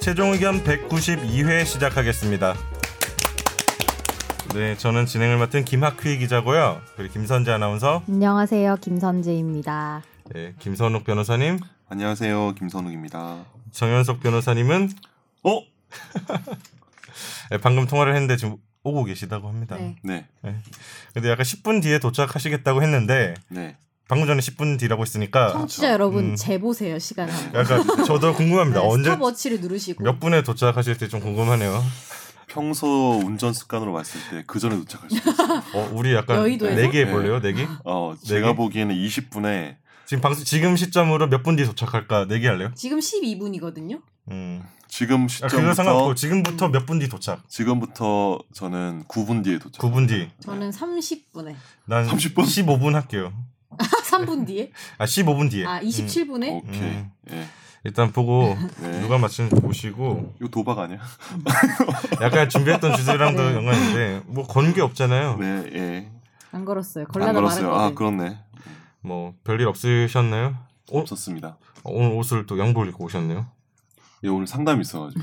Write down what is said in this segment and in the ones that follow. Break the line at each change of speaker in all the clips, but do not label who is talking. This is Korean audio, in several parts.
최종 의견 192회 시작하겠습니다. 네, 저는 진행을 맡은 김학휘 기자고요. 그리고 김선재 아나운서,
안녕하세요, 김선재입니다.
예, 김선욱 변호사님,
안녕하세요, 김선욱입니다.
정현석 변호사님은
어?
예, 방금 통화를 했는데 지금 오고 계시다고 합니다.
네.
네,
근데 약간 10분 뒤에 도착하시겠다고 했는데
네.
방금 전에 10분 뒤라고 했으니까
청취자 여러분
음.
재보세요 시간 한 번.
약간 저도 궁금합니다.
네,
언제
스탑워치를 누르시고
몇 분에 도착하실지 좀 궁금하네요.
평소 운전 습관으로 왔을 때 그 전에 도착할 수 있어요.
어, 우리 약간
여의도에서?
내기 해볼래요? 내기?
어,
네.
제가 보기에는 20분에
지금 방송 지금 시점으로 몇 분 뒤에 도착할까 내기 할래요?
지금 12분이거든요.
음.
지금
아, 그거 상관없고
시점부터
지금부터 몇 분 뒤 도착.
지금부터 저는 9분 뒤에 도착.
9분 뒤.
네.
저는 30분에
난
30분?
15분 할게요.
3분 뒤에
아 15분
네.
뒤에.
아
음,
27분에
오케이.
음.
예.
일단 보고
네.
누가 맞히는지 보시고
이거 도박 아니야?
약간 준비했던 주제랑도
네.
연관인데 뭐 건 게 없잖아요.
네, 예.
안 걸었어요.
안
걸려도
걸었어요. 아,
말했거든.
그렇네.
뭐 별일 없으셨나요? 어?
없었습니다.
오늘 옷을 또 양복을 입고 오셨네요.
예, 오늘 상담 이 있어가지고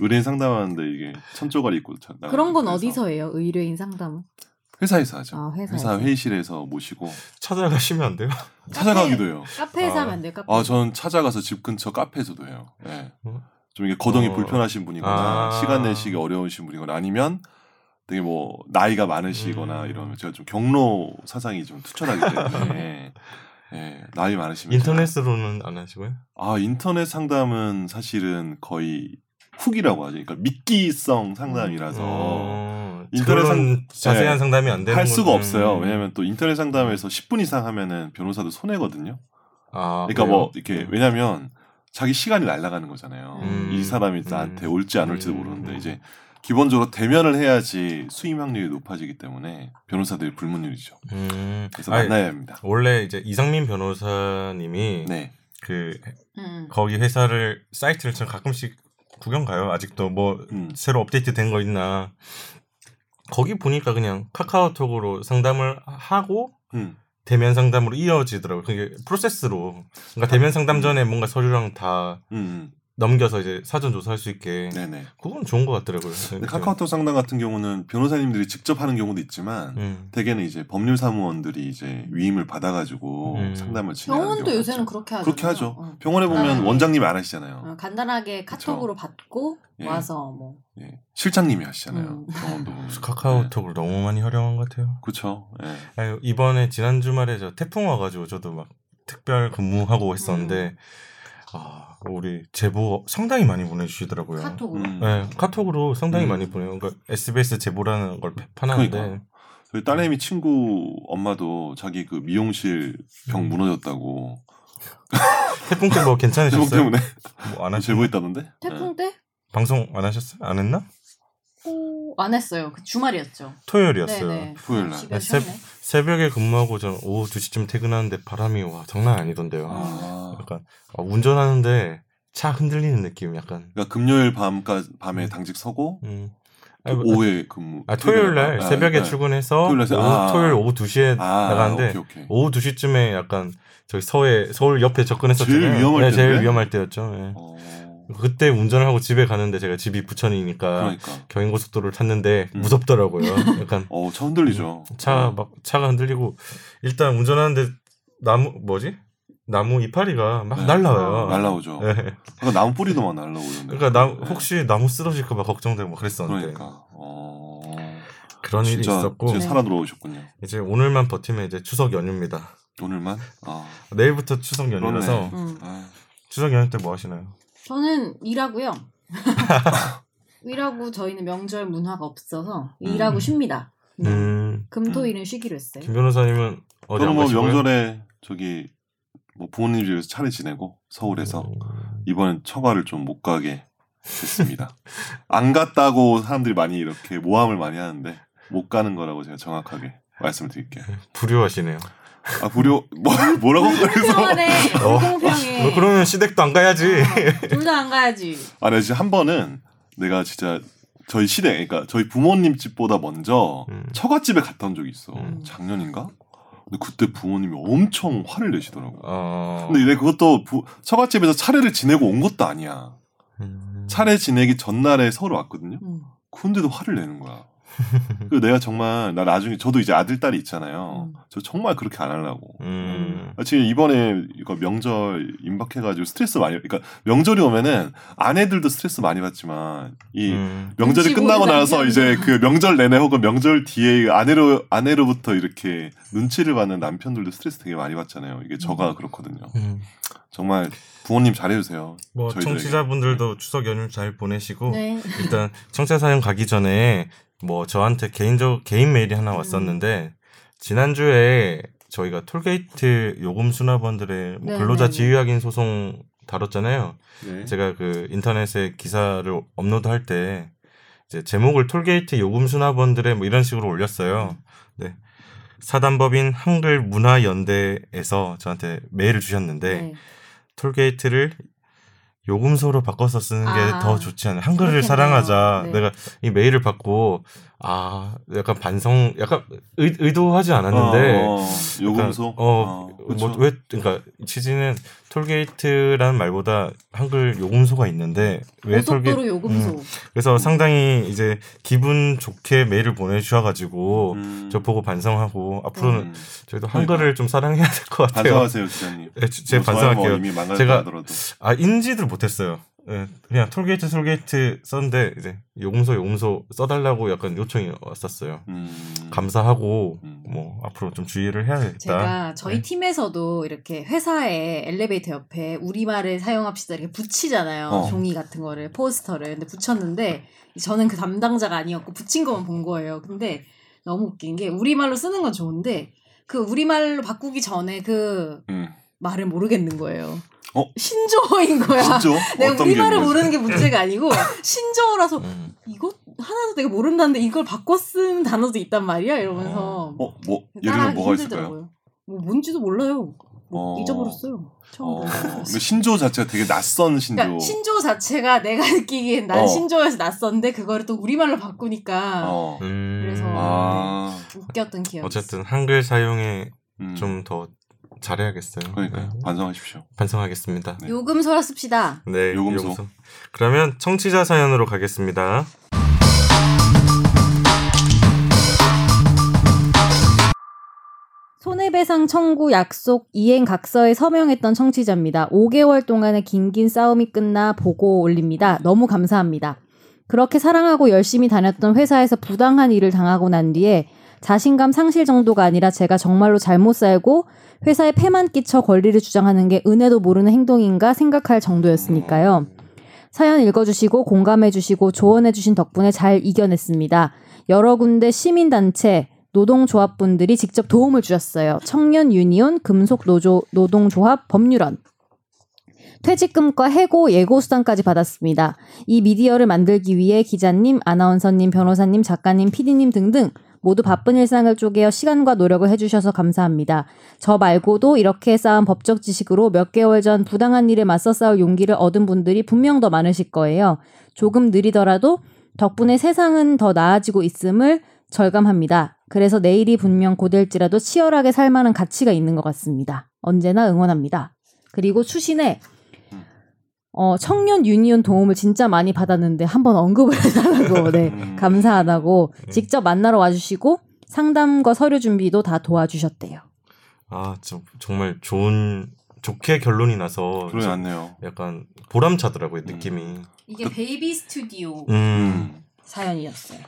의뢰인 상담하는데 이게 천 조각이 있고
아, 그런 건 어디서 해요? 의뢰인 상담은
회사에서 하죠.
아, 회사에서. 네.
회사 회의실에서 모시고
찾아가시면 안 돼요?
찾아가기도 해요.
카페에서
아.
하면 안 돼요? 카페.
아, 전 찾아가서 집 근처 카페에서도 해요. 예.
어?
좀 이게 거동이
어.
불편하신 분이거나
아.
시간 내시기 어려우신 분이거나 아니면 되게 뭐 나이가 많으시거나
음.
이러면 제가 좀 경로 사상이 좀 투철하기 때문에 예. 예, 나이 많으시면
인터넷으로는 안 하시고요.
제가- 아 인터넷 상담은 사실은 거의 훅이라고 하죠. 그러니까 미끼성 상담이라서
어,
인터넷 상-
그런 자세한
네.
상담이 안 되는
할 수가
거는- 음.
없어요. 왜냐하면 또 인터넷 상담에서 10분 이상 하면은 변호사도 손해거든요.
아,
그러니까
그래요?
뭐 이렇게 왜냐하면 자기 시간이 날아가는 거잖아요.
음.
이 사람이
음.
나한테 올지 안 올지도
음.
모르는데 이제 기본적으로 대면을 해야지 수임 확률이 높아지기 때문에 변호사들이 불문율이죠.
음.
그래서
아니,
만나야 합니다.
원래 이제 이상민 변호사님이
네,
그
음.
거기 회사를 사이트를 참 가끔씩 구경 가요. 아직도 뭐
음.
새로 업데이트된 거 있나. 거기 보니까 그냥 카카오톡으로 상담을 하고
음.
대면 상담으로 이어지더라고요. 그게 프로세스로. 그러니까 대면 상담 전에 뭔가 서류랑 다
음, 음.
넘겨서 이제 사전 조사할 수 있게.
네네.
그건 좋은 것 같더라고요.
근데 카카오톡 상담 같은 경우는 변호사님들이 직접 하는 경우도 있지만
음.
대개는 이제 법률 사무원들이 이제 위임을 받아가지고
음.
상담을 진행하는
병원도
경우가
요새는
있죠.
그렇게 하죠.
그렇게 하죠.
어.
병원에 보면
간단하게.
원장님이 안 하시잖아요.
어, 간단하게 카톡으로 받고
예.
와서 뭐
예. 실장님이 하시잖아요.
음.
병원도 보면. 네.
카카오톡을 너무 많이 활용한 것 같아요.
그렇죠. 예.
어.
아유, 이번에 지난 주말에 저 태풍 와가지고 저도 막 특별 근무하고 했었는데
음.
아 우리 제보 상당히 많이 보내주시더라고요.
카톡으로.
음.
네, 카톡으로 상당히
음.
많이 보내요. 그러니까 SBS 제보라는 걸 파는데
그러니까. 저희
음.
딸내미 친구 엄마도 자기 그 미용실
음.
병 무너졌다고
태풍 때 뭐
제목
괜찮으셨어요? 아,
때문에
뭐안 하셨
제보했다던데? 네.
태풍 때?
방송 안 하셨어요? 안 했나?
오, 안 했어요. 그 주말이었죠. 네,
토요일이었어요.
네, 토요일 날.
집에
아, 세-
쉬었네.
새벽에 근무하고 전 오후 2시쯤 퇴근하는데 바람이 와 장난 아니던데요.
아.
약간 아, 운전하는데 차 흔들리는 느낌 약간.
그러니까 금요일 밤까지 밤에
음.
당직 서고
음.
또 오후에 근무.
아 토요일 날
퇴근하고.
새벽에
네, 네.
출근해서
토요일 날 새-
오후,
아.
토요일 오후 2시에
아,
나가는데
오케이, 오케이.
오후 2시쯤에 약간 저기 서해 서울 옆에 접근했었잖아요.
제일 위험할
네, 제일
때인데?
위험할 때였죠. 예.
어,
그때 운전을 하고 집에 가는데 제가 집이 부천이니까
그러니까.
경인고속도로를 탔는데
음.
무섭더라고요. 약간
어, 차 흔들리죠.
차
음.
막 차가 흔들리고 일단 운전하는데 나무 뭐지? 나무 이파리가 막
네.
날라와요.
날라오죠.
예.
그러니까 나무 뿌리도 막 날라오는데.
그러니까 나 혹시 나무 쓰러질까봐 걱정되고 막 그랬었는데
그러니까. 어.
그런 일이
진짜
있었고
진짜 살아 돌아오셨군요.
이제 오늘만 버티면 이제 추석 연휴입니다.
오늘만. 아.
내일부터 추석 연휴라서
그러네.
음.
아.
추석 연휴 때 뭐 하시나요?
저는 일하고요. 일하고 저희는 명절 문화가 없어서
음.
일하고 쉽니다. 그냥
음,
금토일은 쉬기로 했어요.
김 변호사님은 어디
저는
안
뭐
가시고요?
명절에 저기 뭐 부모님 집에서 차례 지내고
음.
서울에서 이번엔 처가를 좀 못 가게 됐습니다. 안 갔다고 사람들이 많이 이렇게 모함을 많이 하는데 못 가는 거라고 제가 정확하게 말씀을 드릴게요.
불효하시네요.
아 무료 뭐, 뭐라고 그래서
불공평하네. 아.
어.
불공평해.
뭐 그러면 시댁도 안 가야지.
어, 둘 다 안 가야지.
아 내가 진짜 한 번은 내가 진짜 저희 시댁 그러니까 저희 부모님 집보다 먼저
음.
처갓집에 갔다 온 적이 있어.
음.
작년인가? 근데 그때 부모님이 엄청 화를 내시더라고.
어.
근데 이제 그것도 부- 처갓집에서 차례를 지내고 온 것도 아니야.
음.
차례 지내기 전날에 서울 왔거든요.
음.
근데도 화를 내는 거야. 그 내가 정말 나 나중에 저도 이제 아들 딸이 있잖아요.
어.
음.
저 정말 그렇게 안 하려고.
음.
아, 지금 이번에 이거 명절 임박해가지고 스트레스 많이, 그러니까 명절이 오면은 아내들도 스트레스 많이 받지만 이
음.
명절이
눈치
끝나고
보는
나서
남편들.
이제 그 명절 내내 혹은 명절 뒤에 아내로 아내로부터 이렇게 눈치를 받는 남편들도 스트레스 되게 많이 받잖아요. 이게 저가 그렇거든요.
음.
정말 부모님 잘해주세요.
뭐
저희들에게. 네.
청취자분들도 추석 연휴 잘 보내시고
네.
일단 청취자 사연 가기 전에 뭐 저한테 개인적 개인 메일이 하나 왔었는데
음.
지난주에 저희가 톨게이트 요금 수납원들의 뭐
네,
근로자
네, 네.
지위확인 소송 다뤘잖아요.
네.
제가 그 인터넷에 기사를 업로드할 때 이제 제목을 톨게이트 요금 수납원들의 뭐 이런 식으로 올렸어요. 네. 사단법인 한글 문화 연대에서 저한테 메일을 주셨는데
네.
톨게이트를 요금소로 바꿔서 쓰는 게
아.
더 좋지 않나. 한글을
그렇겠네요.
사랑하자.
네.
내가 이 메일을 받고, 아, 약간 반성, 약간 의, 의도하지 않았는데.
어, 요금소. 아,
약간, 어,
그쵸.
뭐, 왜, 그러니까, 취지는 톨게이트라는 말보다 한글 요금소가 있는데, 왜 톨게이트,
고속도로 요금소.
그래서 상당히 이제 기분 좋게 메일을 보내주셔가지고,
음.
저 보고 반성하고, 앞으로는
음.
저희도 한글을 좀 사랑해야 될 것 같아요.
반성하세요, 기자님.
네, 제- 제가
뭐 저야
반성할게요.
뭐 이미 망가졌다
제가-
하더라도.
아 인지를 못했어요. 예, 그냥 톨게이트 톨게이트 썼는데 이제 요금소 요금소 써달라고 약간 요청이 왔었어요.
음.
감사하고
음.
뭐 앞으로 좀 주의를 해야겠다.
제가 저희
네.
팀에서도 이렇게 회사에 엘리베이터 옆에 우리말을 사용합시다 이렇게 붙이잖아요.
어.
종이 같은 거를, 포스터를. 근데 붙였는데 저는 그 담당자가 아니었고 붙인 것만 본 거예요. 근데 너무 웃긴 게 우리말로 쓰는 건 좋은데 그 우리말로 바꾸기 전에 그
음.
말을 모르겠는 거예요.
어?
신조어인 거야.
진짜?
네. 내가
어떤 게
우리말을
있는지.
모르는 게 문제가 아니고 신조어라서
음.
이거 하나도 내가 모른다는데 이걸 바꿔 쓴 단어도 있단 말이야 이러면서
어, 뭐 예를 들면
따라하기
뭐가 있을까요?
힘들더라고요. 뭐 뭔지도 몰라요. 뭐
어.
잊어버렸어요. 처음
어,
들어봤어요.
근데 신조 자체가 되게 낯선 신조.
그러니까 신조 자체가 내가 느끼기엔 난
어.
신조에서 낯선데 그거를 또 우리말로 바꾸니까
어.
음,
그래서-
아.
웃겼던 기억이
어쨌든 한글 사용에
음.
좀 더 잘해야겠어요.
그러니까요.
네.
반성하십시오.
반성하겠습니다.
네.
있어요. 요금 소라습시다.
네,
요금소.
요금소. 그러면 청취자 사연으로 가겠습니다.
손해배상 청구 약속 이행각서에 서명했던 청취자입니다. 5개월 동안의 긴긴 싸움이 끝나 보고 올립니다. 너무 감사합니다. 그렇게 사랑하고 열심히 다녔던 회사에서 부당한 일을 당하고 난 뒤에 자신감 상실 정도가 아니라 제가 정말로 잘못 살고 회사에 패만 끼쳐 권리를 주장하는 게 은혜도 모르는 행동인가 생각할 정도였으니까요. 사연 읽어주시고 공감해주시고 조언해주신 덕분에 잘 이겨냈습니다. 여러 군데 시민단체, 노동조합분들이 직접 도움을 주셨어요. 청년 유니온, 금속노조, 노동조합, 법률원. 퇴직금과 해고, 예고수당까지 받았습니다. 이 미디어를 만들기 위해 기자님, 아나운서님, 변호사님, 작가님, 피디님 등등 모두 바쁜 일상을 쪼개어 시간과 노력을 해주셔서 감사합니다. 저 말고도 이렇게 쌓은 법적 지식으로 몇 개월 전 부당한 일에 맞서 싸울 용기를 얻은 분들이 분명 더 많으실 거예요. 조금 느리더라도 덕분에 세상은 더 나아지고 있음을 절감합니다. 그래서 내일이 분명 고될지라도 치열하게 살 만한 가치가 있는 것 같습니다. 언제나 응원합니다. 그리고 추신에 어, 청년 유니온 도움을 진짜 많이 받았는데 한번 언급을 해달라고 네
음.
감사하다고
네.
직접 만나러 와주시고 상담과 서류 준비도 다 도와주셨대요.
아, 저- 정말 좋은 좋게 결론이 나서
그러지 않네요.
약간 보람차더라고요 느낌이.
이게 베이비 스튜디오
음.
음.
사연이었어요.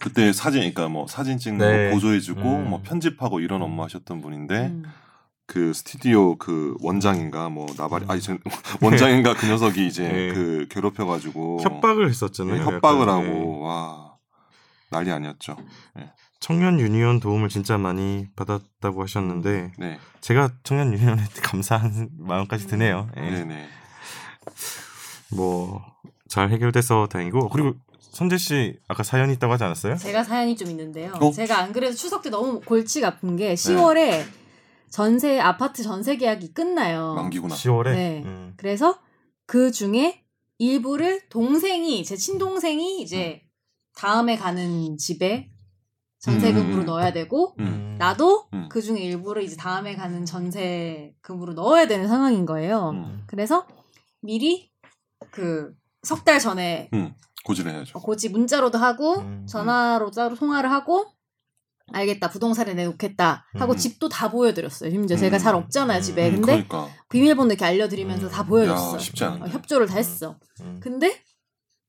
그때 사진, 그러니까 뭐 사진 찍는
네.
거 보조해주고
음.
뭐 편집하고 이런 업무 하셨던 분인데
음.
그 스튜디오 그 원장인가 뭐 나발이
음.
아니 저 원장인가 그 녀석이 이제
네.
그 괴롭혀가지고
협박을
네,
했었잖아요.
협박을
약간,
하고
예.
와 난리 아니었죠.
청년 유니온 도움을 진짜 많이 받았다고 하셨는데
네,
제가 청년 유니온한테 감사한 마음까지 드네요. 예.
네, 네.
뭐잘 해결돼서 다행이고 그리고 선재 씨 아까 사연이 있다고 하지 않았어요?
제가 사연이 좀 있는데요.
어? 네.
제가 안 그래도 추석 때 너무 골치가 아픈 게 10월에 전세 아파트 전세 계약이 끝나요.
만기구나.
10월에. 음.
네. 그래서 그 중에 일부를 동생이 제 친동생이 이제 다음에 가는 집에 전세금으로
음.
넣어야 되고
음.
나도
음.
그 중에 일부를 이제 다음에 가는
음.
전세금으로 넣어야 되는 상황인 거예요.
음.
그래서 미리 그 석 달 전에
고지해야죠.
고지 문자로도 하고
음.
전화로 따로 통화를 하고 알겠다 부동산에 내놓겠다 하고
음.
집도 다 보여드렸어요. 심지어
음.
제가 잘 없잖아요
음,
집에. 네, 근데
그러니까
비밀번호 이렇게 알려드리면서
음.
다
야,
보여줬어요.
쉽지 않은데.
어, 협조를 다 했어.
음.
근데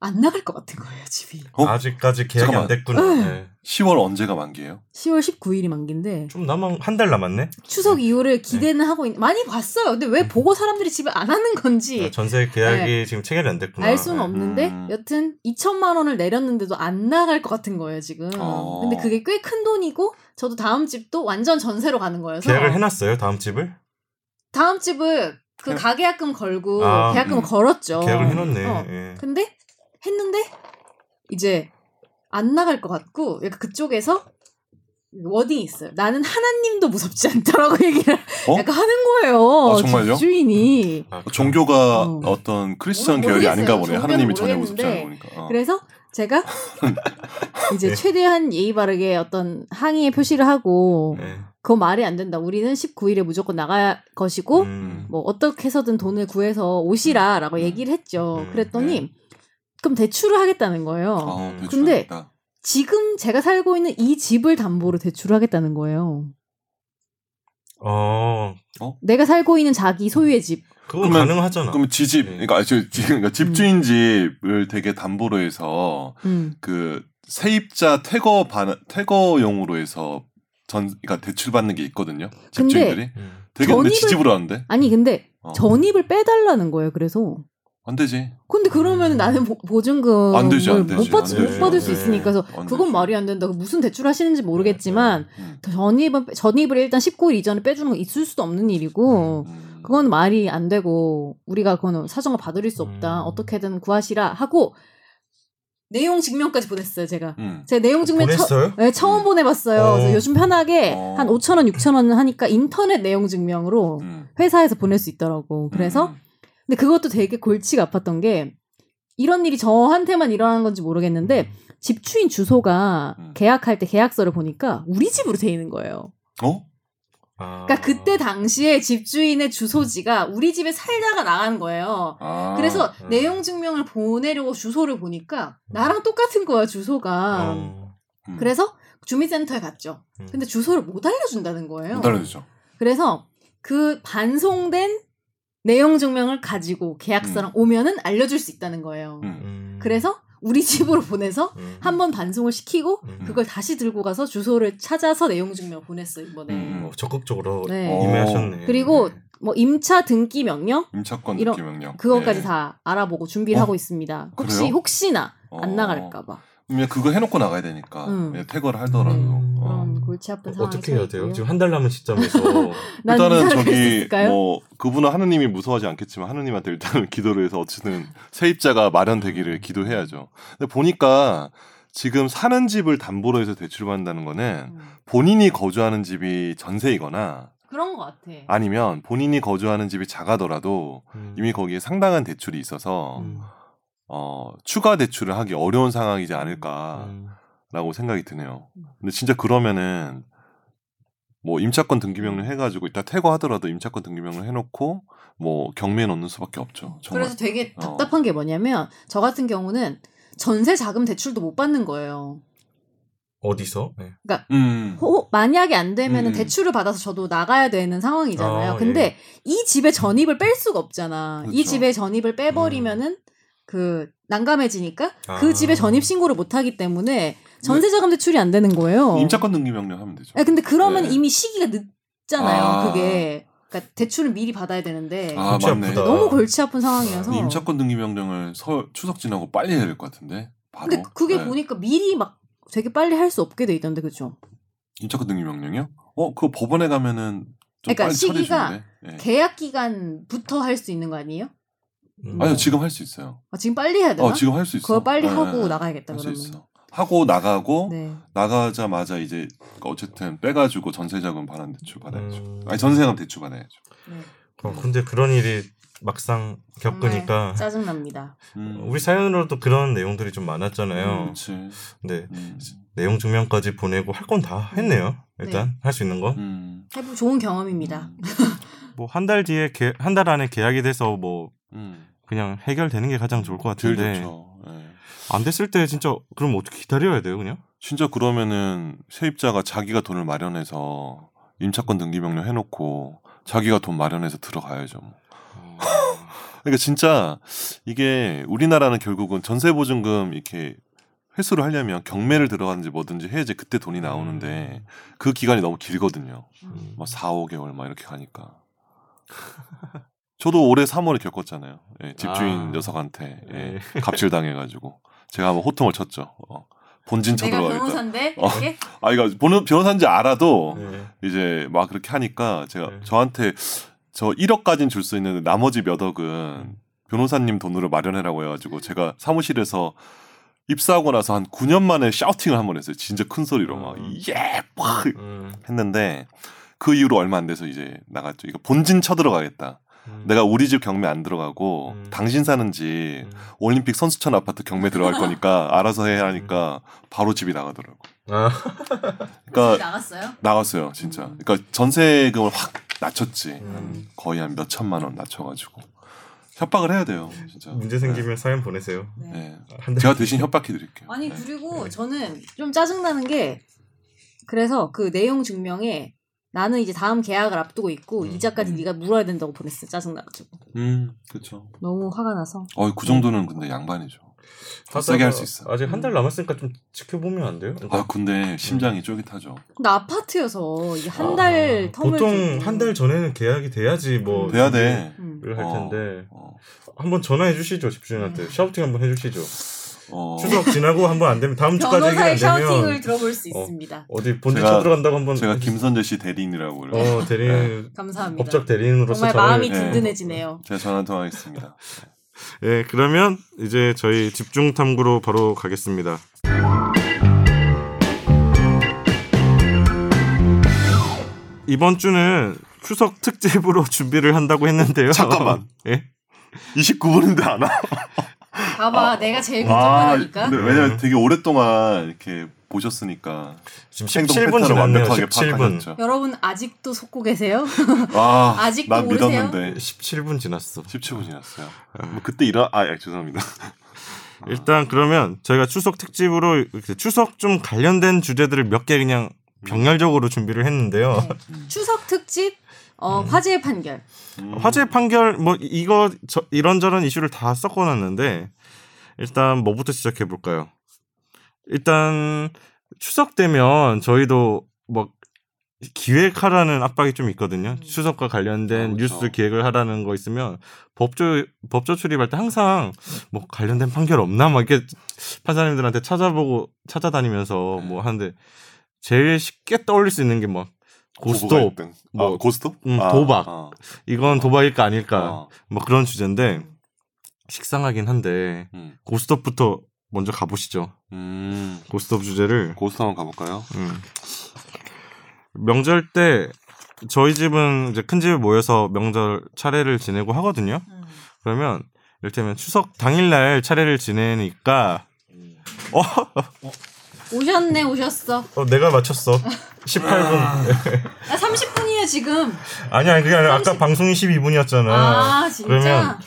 안 나갈 것 같은 거예요 집이.
어?
아직까지 계약이
잠깐만.
안 됐구나.
음.
네.
10월 언제가 만기예요?
10월 19일이 만기인데
좀 남은 한 달 남았네. 네.
추석 이후를 기대는 하고 있, 많이 봤어요. 근데 왜 보고 사람들이 집을 안 하는 건지
아, 전세 계약이 지금 체결이 안 됐구나.
예. 네. 알 수는
네.
없는데
음.
여튼 2천만 원을 내렸는데도 안 나갈 것 같은 거예요 지금.
어.
근데 그게 꽤 큰 돈이고 저도 다음 집도 완전 전세로 가는 거여서
계약을 해놨어요 다음 집을?
다음 집은 그
해-
가계약금 걸고
아,
계약금 을
음.
걸었죠.
계약을 해놨네.
어.
예.
근데 했는데 이제 안 나갈 것 같고 약간 그쪽에서 워딩이 있어요. 나는 하나님도 무섭지 않다라고 얘기를
어?
약간 하는 거예요.
아, 정말요?
집주인이.
아,
종교가
어.
어. 떤 크리스천
모르-
계열이
모르겠어요.
아닌가 보네요.
종교는
하나님이 전혀 무섭지
모르겠는데.
않아 보니까. 어.
그래서 제가 이제
네.
최대한 예의 바르게 어떤 항의의 표시를 하고
네.
그건 말이 안 된다. 우리는 19일에 무조건 나갈 것이고
음.
뭐 어떻게 해서든 돈을 구해서 오시라라고
음. 네.
얘기를 했죠.
음,
그랬더니 그럼 대출을 하겠다는 거예요.
어,
음.
대출은
근데-
있다.
지금 제가 살고 있는 이 집을 담보로 대출을 하겠다는 거예요.
어,
내가 살고 있는 자기 소유의 집.
그건
그러면-
가능하잖아.
그럼 지집,
네.
그러니까 저 지금 그러니까 집주인 집을 되게 담보로 해서
음.
그 세입자 태거 반 태거용으로 해서 전 그러니까 대출 받는 게 있거든요. 집주인들이
음.
되게 근데
전입을-
지집으로 하는데
아니 근데
어.
전입을 빼달라는 거예요. 그래서
안 되지.
근데 그러면 나는 보, 보증금을
안 되지, 안 되지,
못, 받,
안 되지.
못 받을 수 있으니까 그래서
안
그건
되지.
말이 안 된다. 무슨 대출 하시는지 모르겠지만
음.
전입은 전입을 일단 19일 이전에 빼주는 건 있을 수도 없는 일이고
음.
그건 말이 안 되고 우리가 그건 사정을 받아들일 수 없다.
음.
어떻게든 구하시라 하고 내용 증명까지 보냈어요. 제가
음.
제 내용 증명 처,
그 보냈어요?
네, 처음
음.
보내봤어요.
어.
그래서 요즘 편하게
어.
한 5천 원, 6천 원 하니까 인터넷 내용 증명으로
음.
회사에서 보낼 수 있더라고. 그래서
음.
근데 그것도 되게 골치가 아팠던 게 이런 일이 저한테만 일어나는 건지 모르겠는데 집주인 주소가
음.
계약할 때 계약서를 보니까 우리 집으로 돼 있는 거예요.
어?
아.
그러니까 그때 당시에 집주인의 주소지가 우리 집에 살다가 나간 거예요.
아.
그래서
음.
내용 증명을 보내려고 주소를 보니까 나랑 똑같은 거야 주소가.
어.
음.
그래서 주민센터에 갔죠.
음.
근데 주소를 못 알려준다는 거예요.
못 알려주죠.
그래서 그 반송된 내용 증명을 가지고 계약서랑 오면은 알려줄 수 있다는 거예요.
음.
음.
그래서 우리 집으로 보내서
음.
한 번 반송을 시키고
음.
그걸 다시 들고 가서 주소를 찾아서 내용 증명 보냈어요 이번에.
음.
어, 적극적으로
네.
임해하셨네.
어.
그리고
네.
뭐 임차 등기 명령
임차권
이런-
느끼 명령.
그것까지
예.
다 알아보고 준비를
어?
하고 있습니다. 혹시
그래요?
혹시나 안
어.
나갈까봐
그냥 그거 해놓고 나가야 되니까
음.
예, 태거를 하더라도
음.
어.
그런 골치 아픈 상황이
어떻게 해야 돼요? 지금 한 달 남은 시점에서
난
일단은
이사를 갈수
저기
있을까요?
뭐 그분은 하느님이 무서워하지 않겠지만 하느님한테 일단은 기도를 해서 어쨌든 세입자가 마련되기를 기도해야죠. 근데 보니까 지금 사는 집을 담보로 해서 대출을 받는다는 거는
음.
본인이 거주하는 집이 전세이거나
그런 것 같아.
아니면 본인이 거주하는 집이 작아더라도 이미 거기에 상당한 대출이 있어서
음.
어, 추가 대출을 하기 어려운 상황이지 않을까.
음.
라고 생각이 드네요.
음.
근데 진짜 그러면은 뭐 임차권
음.
등기명령 해가지고 이따 퇴거하더라도 임차권 등기명령 해놓고 뭐 경매에 넣는 수밖에 없죠. 정말.
음. 그래서 되게
어.
답답한 게 뭐냐면 저 같은 경우는 전세 자금 대출도 못 받는 거예요.
어디서? 네.
음.
호- 어, 만약에 안 되면 은
음. 예.
대출을 받아서 저도 나가야 되는 상황이잖아요.
어,
근데 이 집에 전입을 뺄 수가 없잖아. 이
그렇죠. 음.
집에 전입을 빼버리면은 그 난감해지니까
아.
그 집에 전입 신고를 못 하기 때문에 전세 자금 대출이 안 되는 거예요.
임차권 등기명령 하면 되죠.
아, 근데 그러면
네.
이미 시기가 늦잖아요.
아.
그게 그러니까 대출은 미리 받아야 되는데
아
골치
맞네.
아프다.
너무 골치 아픈 상황이어서.
근데 임차권 등기명령을 설 추석 지나고 빨리 해야 될 것 같은데. 바로.
근데 그게
네.
보니까 미리 막 되게 빨리 할 수 없게 돼 있던데 그죠?
임차권 등기명령이요? 어 그거 법원에 가면은 좀
그러니까
빨리
시기가
처리해 주는데. 예.
계약 기간부터 할 수 있는 거 아니에요?
음.
아니요 지금 할 수 있어요.
아, 지금 빨리 해야 되나?
어 지금 할 수 있어.
그걸 빨리
예,
하고
예,
나가야겠다
할수
그러면.
있어. 하고 나가고
네.
나가자마자 이제 어쨌든 빼가지고 전세자금 반환 대출 받아야죠.
음.
아니 전세금 대출 받아야죠.
네.
어, 근데 그런 일이 막상 겪으니까
정말 짜증납니다.
어,
음.
우리 사연으로도 그런 내용들이 좀
음,
많았잖아요.
그렇지.
근데
음.
내용 증명까지 보내고 할 건 다 했네요.
음.
일단 할 수 있는 건.
음.
해보 좋은 경험입니다.
음.
뭐 한 달 뒤에 한 달 안에 계약이 돼서 뭐
음.
그냥 해결되는 게 가장 좋을 것
제일
같은데
좋죠. 예.
안 됐을 때 진짜 그럼 어떻게 기다려야 돼요 그냥?
진짜 그러면은 세입자가 자기가 돈을 마련해서 임차권 등기 명령 해놓고 자기가 돈 마련해서 들어가야죠. 뭐. 그러니까 진짜 이게 우리나라는 결국은 전세 보증금 이렇게 회수를 하려면 경매를 들어가는지 뭐든지 해야지 그때 돈이 나오는데 그 기간이 너무 길거든요.
음.
막 4, 뭐 5개월 막 이렇게 가니까. 저도 올해 3월에 겪었잖아요. 예, 집주인
아.
녀석한테 예,
예.
갑질 당해가지고 제가 한번 호통을 쳤죠. 어, 본진
내가
쳐들어가겠다.
변호사인데
어.
이렇게
아, 이거 보는 변호사인지 알아도
네.
이제 막 그렇게 하니까 제가
네.
저한테 저 1억까지는 줄 수 있는데 나머지 몇
음.
억은 변호사님 돈으로 마련해라고 해가지고 제가 사무실에서 입사하고 나서 한 9년 만에 샤우팅을 한 번 했어요. 진짜 큰 소리로 막
음.
예! 막
음.
했는데 그 이후로 얼마 안 돼서 이제 나갔죠. 이거 본진 쳐들어가겠다.
음.
내가 우리 집 경매 안 들어가고
음.
당신 사는 집
음.
올림픽 선수촌 아파트 경매 들어갈 거니까 알아서 해 하니까 바로 집이 나가더라고.
아,
그러니까,
그러니까
나갔어요?
나갔어요 진짜
음.
그러니까 전세금을 확 낮췄지
음.
거의 한 몇 천만 원 낮춰가지고 협박을 해야 돼요 진짜
문제 생기면 사연 보내세요.
네.
네. 네.
한 달.
제가 대신 협박해 드릴게요
아니
네.
그리고 저는 좀 짜증나는 게 그래서 그 내용 증명에 나는 이제 다음 계약을 앞두고 있고
음.
이자까지 네가 물어야 된다고 보냈어 짜증나가지고
음 그렇죠
너무 화가 나서
어그 정도는 근데 양반이죠 더 세게 할수 있어.
아직 한 달 남았으니까 좀 지켜보면 안 돼요?
아 근데 심장이 쫄깃하죠
음.
근데 아파트여서 이게
아,
한 달 텀을
보통
두고.
한 달 전에는 계약이 돼야지 뭐
돼야 돼
음.
준비를 할
어.
텐데
어.
한번 전화해 주시죠 집주인한테
음.
샤우팅 한번 해주시죠
어.
추석 지나고 한번 안 되면 다음 주까지 해결이
변호사의
안
샤우팅을
되면
들어볼 수
어.
있습니다.
어디 본지
제가-
쳐들어간다고 한번
제가
해주-
김선재 씨 대리인이라고 그래요
어 대리인
감사합니다.
법적 대리인으로서
정말 마음이
전화를-
든든해지네요.
제가 전화 통화하겠습니다
예 그러면 이제 저희 집중 탐구로 바로 가겠습니다 이번 주는 추석 특집으로 준비를 한다고 했는데요
잠깐만.
예
29분인데 안 와?
봐봐,
아,
내가 제일
와
걱정하니까.
네.
근데 왜냐면 되게 오랫동안 이렇게 보셨으니까
지금
행동
17분
패턴을
지났네요
완벽하게
17분
파악하셨죠
여러분 아직도 속고 계세요?
아,
아직도
난
모르세요?
믿었는데
예, 17분 지났어
17분 지났어요. 뭐 그때 일어 아 예, 죄송합니다.
일단 그러면 저희가 추석 특집으로 이렇게 추석 좀 관련된 주제들을 몇 개 그냥 병렬적으로 준비를 했는데요.
네. 추석 특집 어,
음.
화제의 판결.
음.
화재 판결 뭐 이거 저, 이런저런 이슈를 다 섞어놨는데 일단 뭐부터 시작해 볼까요? 일단 추석 되면 저희도 뭐 기획하라는 압박이 좀 있거든요. 추석과 관련된
음. 그렇죠.
뉴스 기획을 하라는 거 있으면 법조 법조 출입할 때 항상 뭐 관련된 판결 없나 막 이렇게 판사님들한테 찾아보고 찾아다니면서
네.
뭐 하는데 제일 쉽게 떠올릴 수 있는 게 뭐 고스톱
뭐
뭐,
고스톱?
음,
아,
도박.
어,
이건 도박일까 아닐까
어,
뭐 그런 주제인데 식상하긴 한데
음.
고스톱부터 먼저 가보시죠.
음.
고스톱 주제를
고스톱 한번 가볼까요?
음. 명절 때 저희 집은 이제 큰 집에 모여서 명절 차례를 지내고 하거든요. 그러면 이를테면 추석 당일날 차례를 지내니까
오셨네, 오셨어.
어 내가 맞췄어. 18분
나 아, 30분이에요 지금.
아니 아니 그게 아니라 아까 방송이 12분이었잖아.
아 진짜.
그러면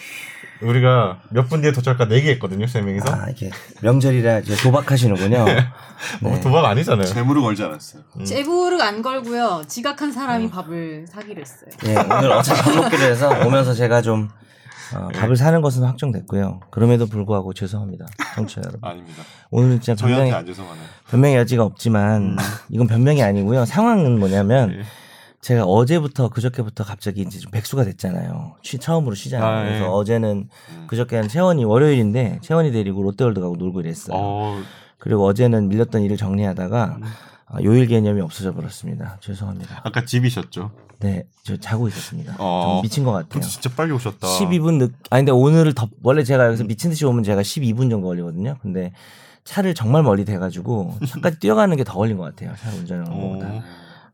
우리가 몇 분 뒤에 도착할까 4개 했거든요, 세 명이서.
아, 이게 명절이라 이제 도박하시는군요.
네.
뭐 도박 아니잖아요.
재물을 걸지 않았어요.
음.
제보를 안 걸고요. 지각한 사람이 밥을 사기로 했어요.
예, 오늘 어차피 밥 먹기로 해서 오면서 제가 좀 어,
네.
밥을 사는 것은 확정됐고요. 그럼에도 불구하고 죄송합니다. 청취자 여러분.
아닙니다.
오늘은 진짜
저희한테
변명의,
안 음. 죄송하네요.
변명의 여지가 없지만 이건 변명이 아니고요. 상황은
네.
뭐냐면 제가 어제부터 그저께부터 갑자기 이제 좀 백수가 됐잖아요. 취- 처음으로 쉬잖아요.
아, 예.
그래서 어제는
네. 음.
그저께 한 채원이 월요일인데 채원이 데리고 롯데월드 가고 놀고 이랬어요.
어,
그리고 어제는 밀렸던 일을
음.
정리하다가 아, 요일 개념이 없어져 버렸습니다. 죄송합니다.
아까 집이셨죠?
네, 저 자고 있었습니다.
어.
좀 미친 것 같아요.
근데 진짜 빨리 오셨다.
12분 늦. 아니 근데 오늘을 더 원래 제가 여기서 미친 듯이 오면 제가 12분 정도 걸리거든요. 근데 차를 정말 멀리 대가지고 차까지 뛰어가는 게 더 걸린 것 같아요. 차 운전하는 것보다.
어,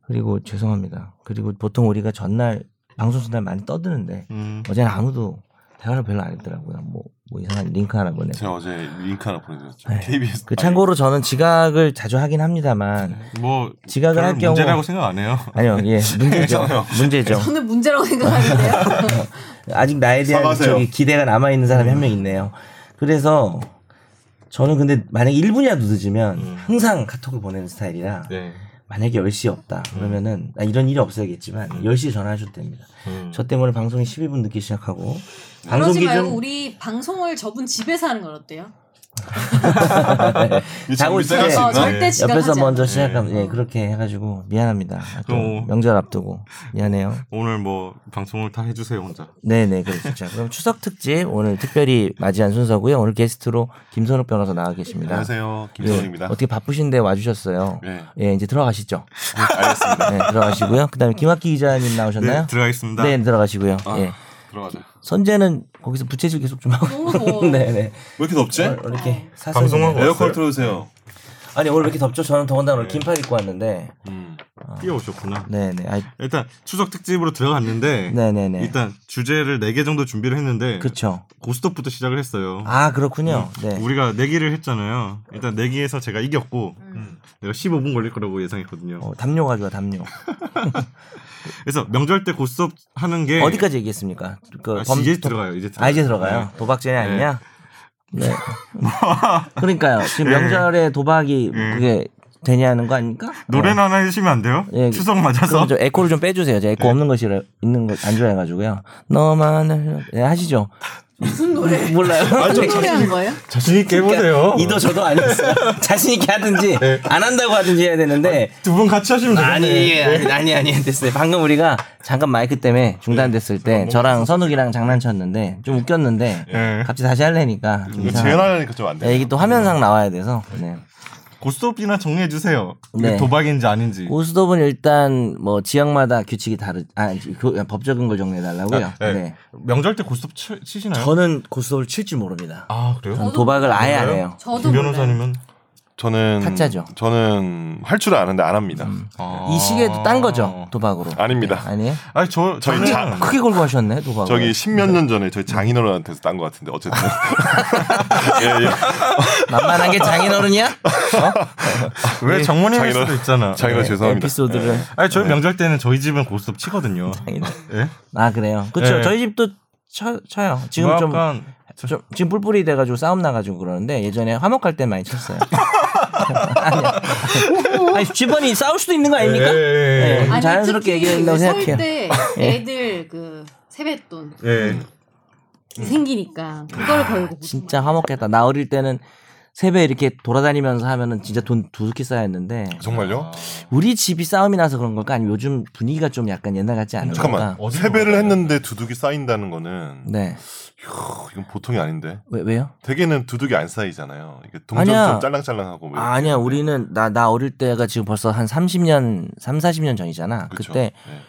그리고 죄송합니다. 그리고 보통 우리가 전날 방송 전날 많이 떠드는데
음.
어제는 아무도 대화를 별로 안 했더라고요. 뭐 뭐 이상한 링크 하나 보내고.
제가 어제 링크 하나 보내드렸죠.
네.
KBS.
그 참고로 저는 지각을 자주 하긴 합니다만
뭐
지각을
별
할 경우
문제라고 생각 안 해요.
아니요 예 문제죠
괜찮아요.
문제죠
저는 문제라고 생각하는데요.
아직 나에 대한
사과하세요.
저기 기대가 남아 있는 사람이 한 명 있네요 그래서 저는 근데 만약에 1분이라도 늦으면
음.
항상 카톡을 보내는 스타일이라
네. 만약에
만약에 10시에 없다 그러면은 아, 이런 일이 없어야겠지만 10시에 전화하셔도 됩니다
음.
저 때문에 방송이 11분 늦게 시작하고 방송
그러지 말고
기준
우리 방송을 저분 집에서 하는 건 어때요?
자고
있을 수
있을
어,
때
있나?
절대 지각하지
네. 옆에서
않아요.
먼저 시작하면
네.
예 그렇게 해가지고 미안합니다 또
그럼-
명절 앞두고 미안해요
오늘 뭐 방송을 다 해주세요 혼자.
네네 그렇죠. 그럼 추석 특집 오늘 특별히 맞이한 순서고요. 오늘 게스트로 김선욱 변호사 나와 계십니다.
안녕하세요.
예,
네. 김성입니다.
어떻게 바쁘신데 와주셨어요.
예.
예 이제 들어가시죠.
알겠습니다.
네, 들어가시고요. 그다음에 김학기 기자님
네
나오셨나요?
들어가겠습니다.
네 들어가시고요.
아,
예
들어가자. 왜
선재는 거기서 부채질 계속 좀 하고.
너무 더워. 네.
네네. 어,
이렇게 덥지?
이렇게 사서
방송하고
에어컨
왔어요.
틀어주세요.
아니 오늘 왜 이렇게 덥죠? 저는 더군다나
네.
오늘 긴팔 입고 왔는데.
음.
뛰어오셨구나.
네네. 아이,
일단 추석 특집으로 들어갔는데
네네네.
일단 주제를 4개 정도 준비를 했는데
그렇죠.
고스톱부터 시작을 했어요.
아 그렇군요.
음,
네.
우리가 내기를 했잖아요. 일단 네 내기에서 제가 이겼고 음. 내가 15분 걸릴 거라고 예상했거든요.
어, 담요 가져와 담요.
그래서 명절 때 고스톱 하는
네.
게
어디까지 얘기했습니까? 그
아,
범-
이제 들어가요. 이제 들어가요.
아 이제
네.
들어가요. 도박쟁이 아니냐? 네. 그러니까요. 지금 명절에 도박이 그게 되냐는 거 아닙니까?
네. 노래는 하나 해주시면 안 돼요?
예.
추석
그럼
맞아서 네.
저 에코를 좀 빼주세요. 제가 에코 없는 거 싫어 있는 거 안 좋아해가지고요. 너만을 네, 하시죠.
무슨 노래?
몰라요. 그러니까
무슨 노래 하는 거예요?
자신 있게 아, 해보세요.
이도 저도 아니었어요. 자신 있게 하든지 안 한다고 하든지 해야 되는데
두 분 같이 하시면
아니
되겠네.
예, 아니 아니 아니 됐어요. 방금 우리가 잠깐 마이크 때문에
네.
중단됐을 때 저랑 선욱이랑 장난쳤는데 좀 웃겼는데
예.
갑자기 다시 할래니까 좀
이거
이상하네.
재현하려니까 좀 안
네,
돼.
이게 또 화면상 나와야 돼서. 네.
고스톱이나 정리해 주세요.
네.
도박인지 아닌지.
고스톱은 일단 뭐 지역마다 규칙이 다르, 아 그- 법적인 걸 정리해 달라고요.
아, 네.
네.
명절 때 고스톱 치, 치시나요?
저는 고스톱을 칠 줄 모릅니다.
아 그래요?
저는 도박을 아예 안 해요.
저도
김
몰라요.
변호사님은
저는
타짜죠. 음.
저는 할 줄은 아는데 안 합니다.
아.
네. 이 시계도 딴 거죠 도박으로.
아닙니다.
네, 아니에요? 음,
아니 저
저희
저는
자-
크게 걸고 하셨네 도박.
저기 십몇 년 전에 저희 장인어른한테서 딴 것 같은데 어쨌든 예, 예.
만만한 게 장인어른이야? 네.
왜 정모님일
장인어른-
수도 있잖아. 네.
장인어른 죄송합니다. 네.
에피소드를.
아니 저희 명절 때는 저희 집은 고스톱 치거든요.
장인어른.
예?
아 그래요. 그쵸
네.
저희 집도 쳐, 쳐요. 지금 좀,
뭐 약간
좀 지금 뿔뿔이 돼가지고 싸움 나가지고 그러는데 예전에 화목할 때 많이 쳤어요. 아니, 아니 집안이 싸울 수도 있는 거
예,
아닙니까?
예, 예.
네.
특히
자연스럽게 얘기한다고
그
생각해요. 예.
설때 애들 그 세뱃돈
네.
예.
생기니까 그걸 걸고
음. 진짜 화목했다. 나 어릴 때는 세배 이렇게 돌아다니면서 하면은 진짜 돈 두둑히 쌓였는데
정말요?
우리 집이 싸움이 나서 그런 걸까? 아니면 요즘 분위기가 좀 약간 옛날 같지 않은
잠깐만
걸까?
세배를 했는데 두둑이 쌓인다는 거는
네.
휴, 이건 보통이 아닌데
왜, 왜요?
대개는 두둑이 안 쌓이잖아요. 이게
아니야.
동전처럼 짤랑짤랑하고 뭐 이렇게.
아, 니야 우리는 나 나 어릴 때가 지금 벌써 한 30년, 3, 40년 전이잖아. 그
그쵸?
때
네.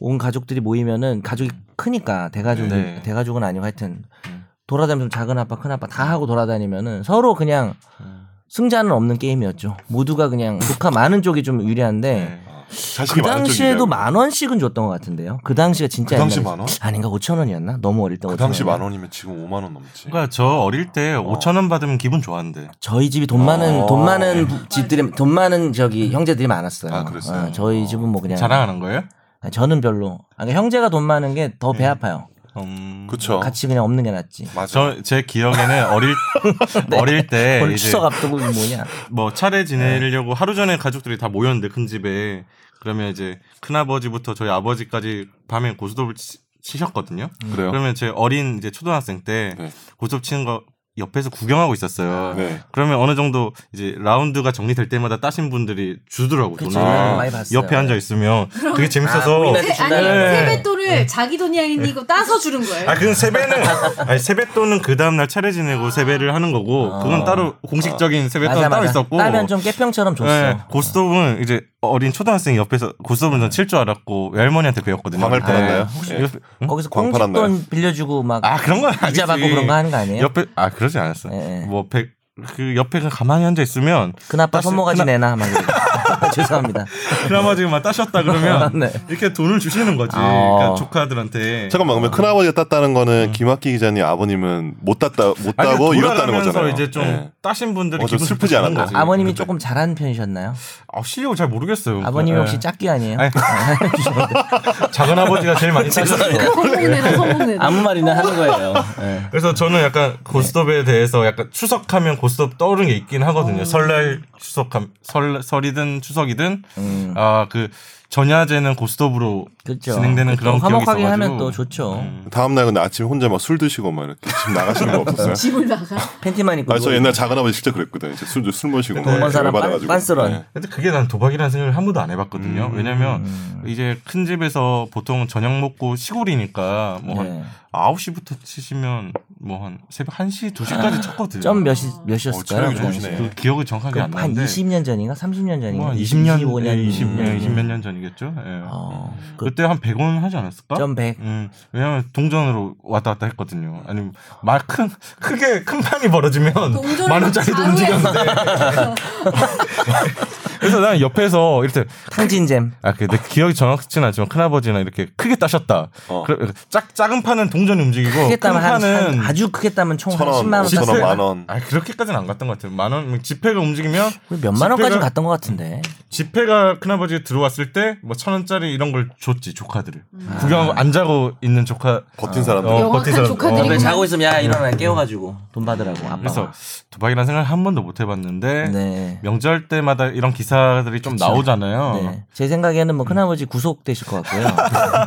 온 가족들이 모이면은 가족이
음.
크니까 대가족
네.
대가족은 아니고 하여튼 돌아다니면서 작은 아빠 큰 아빠 다 하고 돌아다니면은 서로 그냥
음.
승자는 없는 게임이었죠. 모두가 그냥 녹화 많은 쪽이 좀 유리한데
아, 자식이
그
많은 쪽이냐고.
당시에도 만 원씩은 줬던 것 같은데요. 그 당시가 진짜
그 당시
옛날이지.
만 원?
아닌가 5천 원이었나? 너무 어릴 때
그
5천
당시
원이었나?
만 원이면 지금 5만 원 넘지.
그러니까 저 어릴 때 5천 원 받으면 기분 좋았는데.
저희 집이 돈 많은
어. 음.
돈 많은 부- 집들이 돈 많은 저기 형제들이 많았어요.
아, 그랬어요?
어, 저희 집은 뭐 그냥
자랑하는 거예요?
아, 저는 별로. 아, 그러니까 형제가 돈 많은 게 더 배 아파요.
음.
그쵸.
같이 그냥 없는 게 낫지.
맞아.
저제 기억에는 어릴 어릴 때
네.
네,
오늘 네.
이제
추석 앞두고 이게 뭐냐?
뭐 차례 지내려고 하루 전에 가족들이 다 모였는데 큰 집에 그러면 이제 큰아버지부터 저희 아버지까지 밤에 고스톱을 치, 셨거든요
네.
그래요?
그러면 제 어린 이제 초등학생 때
네.
고스톱 치는 거 옆에서 구경하고 있었어요.
네.
그러면 어느 정도 이제 라운드가 정리될 때마다 따신 분들이 주더라고
그치,
돈을.
우리도 많이 봤어요. 네.
옆에 앉아 있으면 그게
아,
재밌어서
우리나라
세- 아니
네.
세뱃돈을 자기 돈이 아니고 따서 주는 거예요.
아, 그건 세배는 아니 세뱃돈은 그 다음 날 차례 지내고 세배를 하는 거고 그건 따로 공식적인 세뱃돈은
어. 맞아
따로
맞아.
있었고.
따면 좀 깨평처럼 줬어.
네, 고스톱은 이제 어린 초등학생 옆에서 고스톱은 전 칠 줄 알았고 외할머니한테 배웠거든요.
광을
그때.
팔았나요?
혹시
예.
옆에- 응?
어, 거기서
광팔았나요?
공짓돈 빌려주고 막
아 그런 건 아니지.
이자 받고 그런 거 하는 거 아니에요?
옆에 아 그러지 않았어.
예, 예.
뭐 백 그 옆에 그냥 가만히 앉아 있으면
큰아빠
따시-
손모가지
큰아-
내놔 막 이러고. 죄송합니다.
큰아버지가 막 따셨다 그러면
네.
이렇게 돈을 주시는 거지.
아.
그러니까 조카들한테.
예. 잠깐만 그러면 큰아버지가 땄다는 거는 김학기 기자님 음. 아버님은 못 땄다 못
아니, 그러니까
따고 그러니까 이렇다는
돌아가면서
거잖아요.
이제 좀
예.
따신 분들이
어, 좀
기분
슬프지
좋은
않았나?
거지.
아, 버님이
근데-
조금 잘한 편이셨나요?
아, 실력을 잘 모르겠어요.
아버님이
예.
혹시 짝귀 아니에요?
아니. 작은 아버지가 제일 많이 따셨어요.
성공내다 성공내다.
아무 말이나 하는 거예요. 네.
그래서 저는 약간 고스톱에 대해서 약간 추석하면 고스톱 떠오르는 게 있긴 하거든요. 설날 추석함 설 설이든 추석이든
음.
아 그 전야제는 고스톱으로
그렇죠.
진행되는 그런 기억이
화목하게
있어가지고.
하면 또 좋죠.
다음 날 근데 아침에 혼자 막 술 드시고 막 이렇게 집 나가시는 거 없었어요?
집을 나가.
팬티만 입고.
아 저
누워
옛날 작은 아버지 진짜 그랬거든. 이제 술, 술 마시고
네,
돈
막
번 사람
열받아가지고.
빤- 빤스런.
예.
근데 그게 난 도박이라는 생각을 한 번도 안 해봤거든요.
음.
왜냐면 이제 큰 집에서 보통 저녁 먹고 시골이니까
있고.
뭐한
네.
9시부터 치시면 뭐 한 새벽 1시, 2시까지 쳤거든요.
점
어,
몇이
체력이
아. 몇이었을까요? 그 당시에?
좋으시네.
그 기억이 정확하게 안
그럼 한
나는데
20년 전인가 30년 전인가
뭐한 20년,
25년
20, 20몇 년 전이겠죠. 예.
어, 그
그때 한 100원 하지 않았을까?
점백
음, 왜냐면 동전으로 왔다 갔다 했거든요. 아니면 말큰 크게 큰 판이 벌어지면
동전을
만 원짜리도
자루에
움직였는데. 그래서 난 옆에서 이렇게
탕진잼
아, 그, 내 기억이 정확치는 않지만 큰아버지나 이렇게 크게 따셨다.
어.
그래, 작, 작은 판은 동전이 움직이고,
크게
어, 큰
따면 한,
판은.
한- 아주 크게 따면 총
천
한
원,
10만 원
오천 원,
땄어요.
만 원.
아, 그렇게까지는 안 갔던 것 같아요. 만 원, 뭐 지폐가 움직이면,
우리 그 몇만 원까지
지폐가-
갔던 것 같은데.
지폐가 큰아버지 들어왔을 때, 뭐, 천 원짜리 이런 걸 줬지, 조카들을.
아.
구경 안 자고 있는 조카.
버틴 사람들.
어,
음. 영악한
버티서-
조카들이
어,
근데 자고 있으면 야 일어나 깨워가지고 돈 받으라고 아빠가.
그래서, 도박이라는 생각을 한 번도 못 해봤는데,
네.
명절 때마다 이런 기사들이 좀 나오잖아요.
네. 제 생각에는 뭐 큰아버지 구속되실 것 같고요.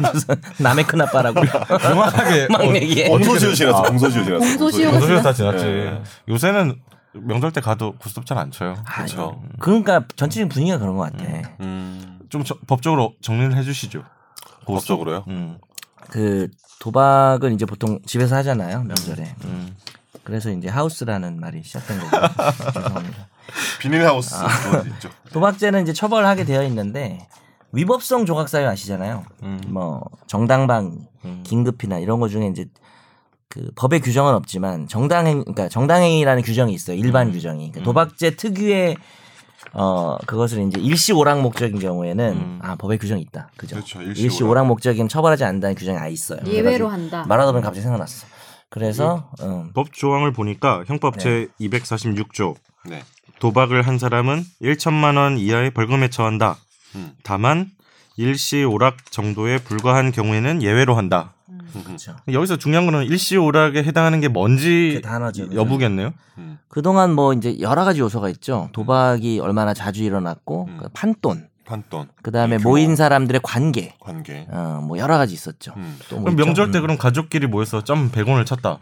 남의 큰아빠라고.
어, 그만하게.
막 얘기해.
어,
어,
원소시효지라서 공소시효지라서.
공소시효가
요소다 지났지.
예.
요새는 명절 때 가도 구스톱 잘 안 쳐요.
네. 아,
그렇죠.
그쵸.
그러니까 전체적인 분위기가 그런 것 같아.
음,
좀 저- 법적으로 정리를 해주시죠.
아, 법적으로요?
음.
그 도박은 이제 보통 집에서 하잖아요 명절에.
음.
그래서 이제 하우스라는 말이 시작된 거고. 죄송합니다.
비닐하우스 아, 그거 있죠.
도박죄는 이제 처벌하게 되어 있는데 위법성 조각사유 아시잖아요. 뭐 정당방,
음.
긴급피나 이런 거 중에 이제 그 법의 규정은 없지만 정당행 그러니까 정당행위라는 규정이 있어요. 일반 규정이. 그러니까 도박죄 특유의 어 그것을 이제 일시 오락 목적인 경우에는
음.
아 법의 규정이 있다. 그죠?
그렇죠. 일시
일시, 오락, 목적인 처벌하지 않는다는 규정이 아예 있어요.
예외로
그래가지고
한다.
말하다 보니 갑자기 생각났어. 그래서 음,
법 조항을 보니까 형법
네.
제 246조
네.
도박을 한 사람은 1천만 원 이하의 벌금에 처한다.
음.
다만 일시 오락 정도에 불과한 경우에는 예외로 한다.
그렇죠.
여기서 중요한 거는 일시 오락에 해당하는 게 뭔지
그 단어죠, 그죠?
여부겠네요.
음.
그동안 뭐 이제 여러 가지 요소가 있죠. 도박이 얼마나 자주 일어났고
음.
그 판돈,
판돈
그다음에
음,
모인
규모.
사람들의 관계,
관계.
어, 뭐 여러 가지 있었죠.
음.
또뭐
그럼
있죠?
명절 때
음.
그럼 가족끼리 모여서 점 100원을 쳤다.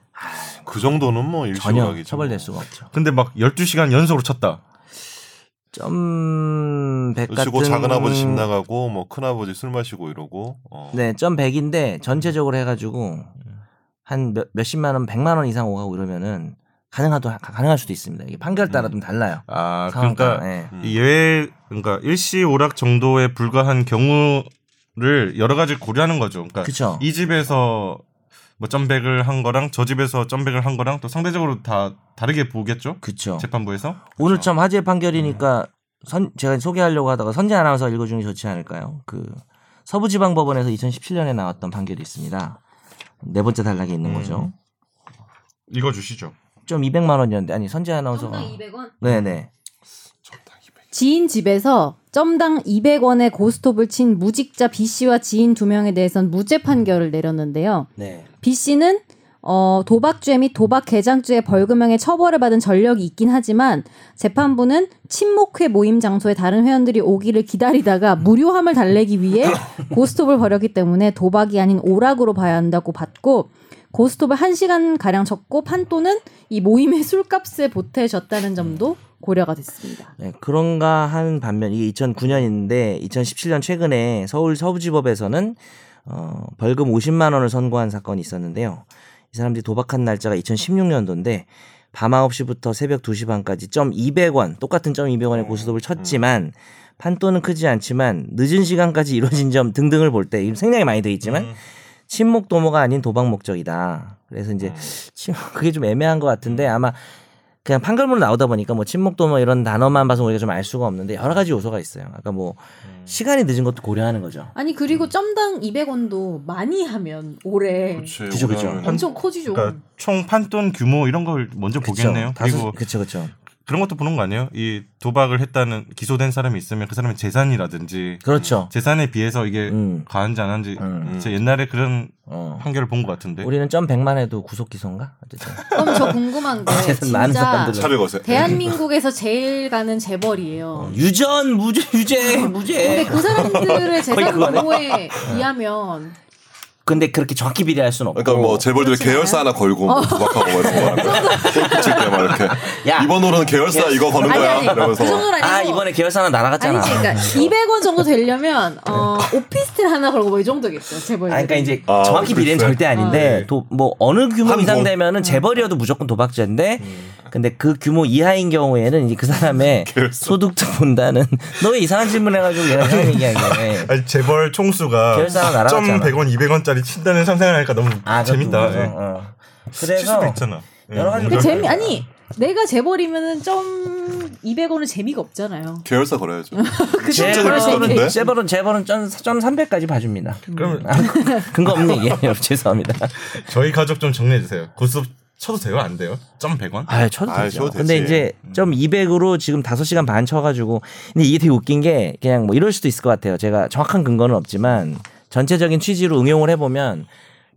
그 정도는 뭐 일시
전혀
오락이죠.
처벌될 수가 없죠.
근데 막 12시간 연속으로 쳤다.
점백
그리고
같은
작은 아버지 집 나가고 뭐큰 아버지 술 마시고 이러고. 어.
네, 점백인데 전체적으로 해가지고 한 몇, 몇십만 원, 백만 원 이상 오가고 이러면은 가능하도 가- 가능할 수도 있습니다. 이게 판결 따라 좀 달라요.
아,
상황
그러니까
따라. 예.
음.
이 예외 그러니까 일시 오락 정도에 불과한 경우를 여러 가지 고려하는 거죠. 그러니까
그쵸.
이 집에서 뭐 점백을 한 거랑 저 집에서 점백을 한 거랑 또 상대적으로 다 다르게 보겠죠.
그쵸.
재판부에서
오늘 참 화제 판결이니까 선, 제가 소개하려고 하다가 선재 아나운서 읽어주는 게 좋지 않을까요? 그 서부지방법원에서 2017년에 나왔던 판결이 있습니다. 네 번째 단락에 있는 거죠.
읽어 주시죠.
좀 200만 원이었는데 아니 선재 아나운서가
성당 200원.
네네
지인 집에서 점당 200원의 고스톱을 친 무직자 B 씨와 지인 두 명에 대해선 무죄 판결을 내렸는데요.
네
B 씨는 어, 도박죄 및 도박 개장죄의 벌금형의 처벌을 받은 전력이 있긴 하지만 재판부는 친목회 모임 장소에 다른 회원들이 오기를 기다리다가 무료함을 달래기 위해 고스톱을 벌였기 때문에 도박이 아닌 오락으로 봐야 한다고 봤고 고스톱을 한시간 가량 쳤고 판돈은 이 모임의 술값에 보태졌다는 점도 고려가 됐습니다.
네, 그런가 하는 반면 이게 2009년인데 2017년 최근에 서울 서부지법에서는 어, 벌금 50만 원을 선고한 사건이 있었는데요. 이 사람들이 도박한 날짜가 2016년도인데 밤 9시부터 새벽 2시 반까지 점 200원 똑같은 점 200원의 고스톱을 쳤지만 판돈은 크지 않지만 늦은 시간까지 이루어진 점 등등을 볼 때 생략이 많이 돼 있지만 친목 도모가 아닌 도박 목적이다. 그래서 이제 친- 그게 좀 애매한 것 같은데 아마 그냥 판결문으로 나오다 보니까 뭐 침묵도 뭐 이런 단어만 봐서 우리가 좀 알 수가 없는데 여러 가지 요소가 있어요. 아까 뭐 시간이 늦은 것도 고려하는 거죠.
아니 그리고 점당 200원도 많이 하면 올해
그치,
그죠, 그죠.
올해는
엄청 커지죠.
그러니까 총 판돈 규모 이런 걸 먼저 보겠네요. 그리고
그렇죠, 그렇죠.
그런 것도 보는 거 아니에요? 이 도박을 했다는 기소된 사람이 있으면 그 사람의 재산이라든지
그렇죠.
재산에 비해서 이게
음,
과한지 안 한지
음.
제가 옛날에 그런
어.
판결을 본 것 같은데
우리는 점 100만 해도 구속 기소인가? 어쨌든.
그럼 저 궁금한 거
세상 많은
진짜
사람들은-
차별 거세.
대한민국에서 제일 가는 재벌이에요.
어, 유전 무죄 유죄 무죄.
근데 그 사람들의
거의
재산
그거네.
보호에 의하면
근데 그렇게 정확히 비례할 수는 없고.
그러니까 뭐 재벌들
그렇진
계열사 하나 걸고 뭐 도박하고 뭐 이런 거 하는 거야. 꼴칠 때막 이렇게
야.
이번 호로는 계열사 이거 거는
아니
거야.
아니 그
이러면서
정도는 아니고
아 이번에 계열사 하나 날아갔잖아.
아니지 그러니까 200원 정도 되려면 어, 오피스텔 하나 걸고 뭐 이 정도겠죠 재벌.
아, 그러니까 이제
아,
정확히 비례는
글쎄.
절대 아닌데
네.
또 뭐 어느 규모
한
이상
번.
되면은 재벌이어도 무조건 도박죄인데
음.
근데 그 규모 이하인 경우에는 이제 그 사람의 소득도 본다는 너 왜 이상한 질문 해가지고 얘가 이상한 얘기한 거네.
아니, 재벌 총수가
계열사가 날아갔잖아.
100원, 200원짜리 친다는 상상을 하니까 너무
아 그것도
재밌다.
그죠.
예.
어.
칠 수도
그래서
있잖아.
여러 가지
그 재미 아니 내가 재벌이면은 점 200원은 재미가 없잖아요.
계열사 걸어야죠.
그
제-
정도로
재벌
재미.
재벌인데?
재벌은 재벌은 점 300까지 봐줍니다.
그럼
아, 근거 없는 얘기예요. 여러분 죄송합니다.
저희 가족 좀 정리해 주세요. 고수 쳐도 돼요? 안 돼요? 점 100원?
아, 쳐도
아유,
되죠.
쳐도
근데
되지. 음.
이제 좀 200으로 지금 5시간 반 쳐가지고 근데 이게 되게 웃긴 게 그냥 뭐 이럴 수도 있을 것 같아요. 제가 정확한 근거는 없지만 전체적인 취지로 응용을 해보면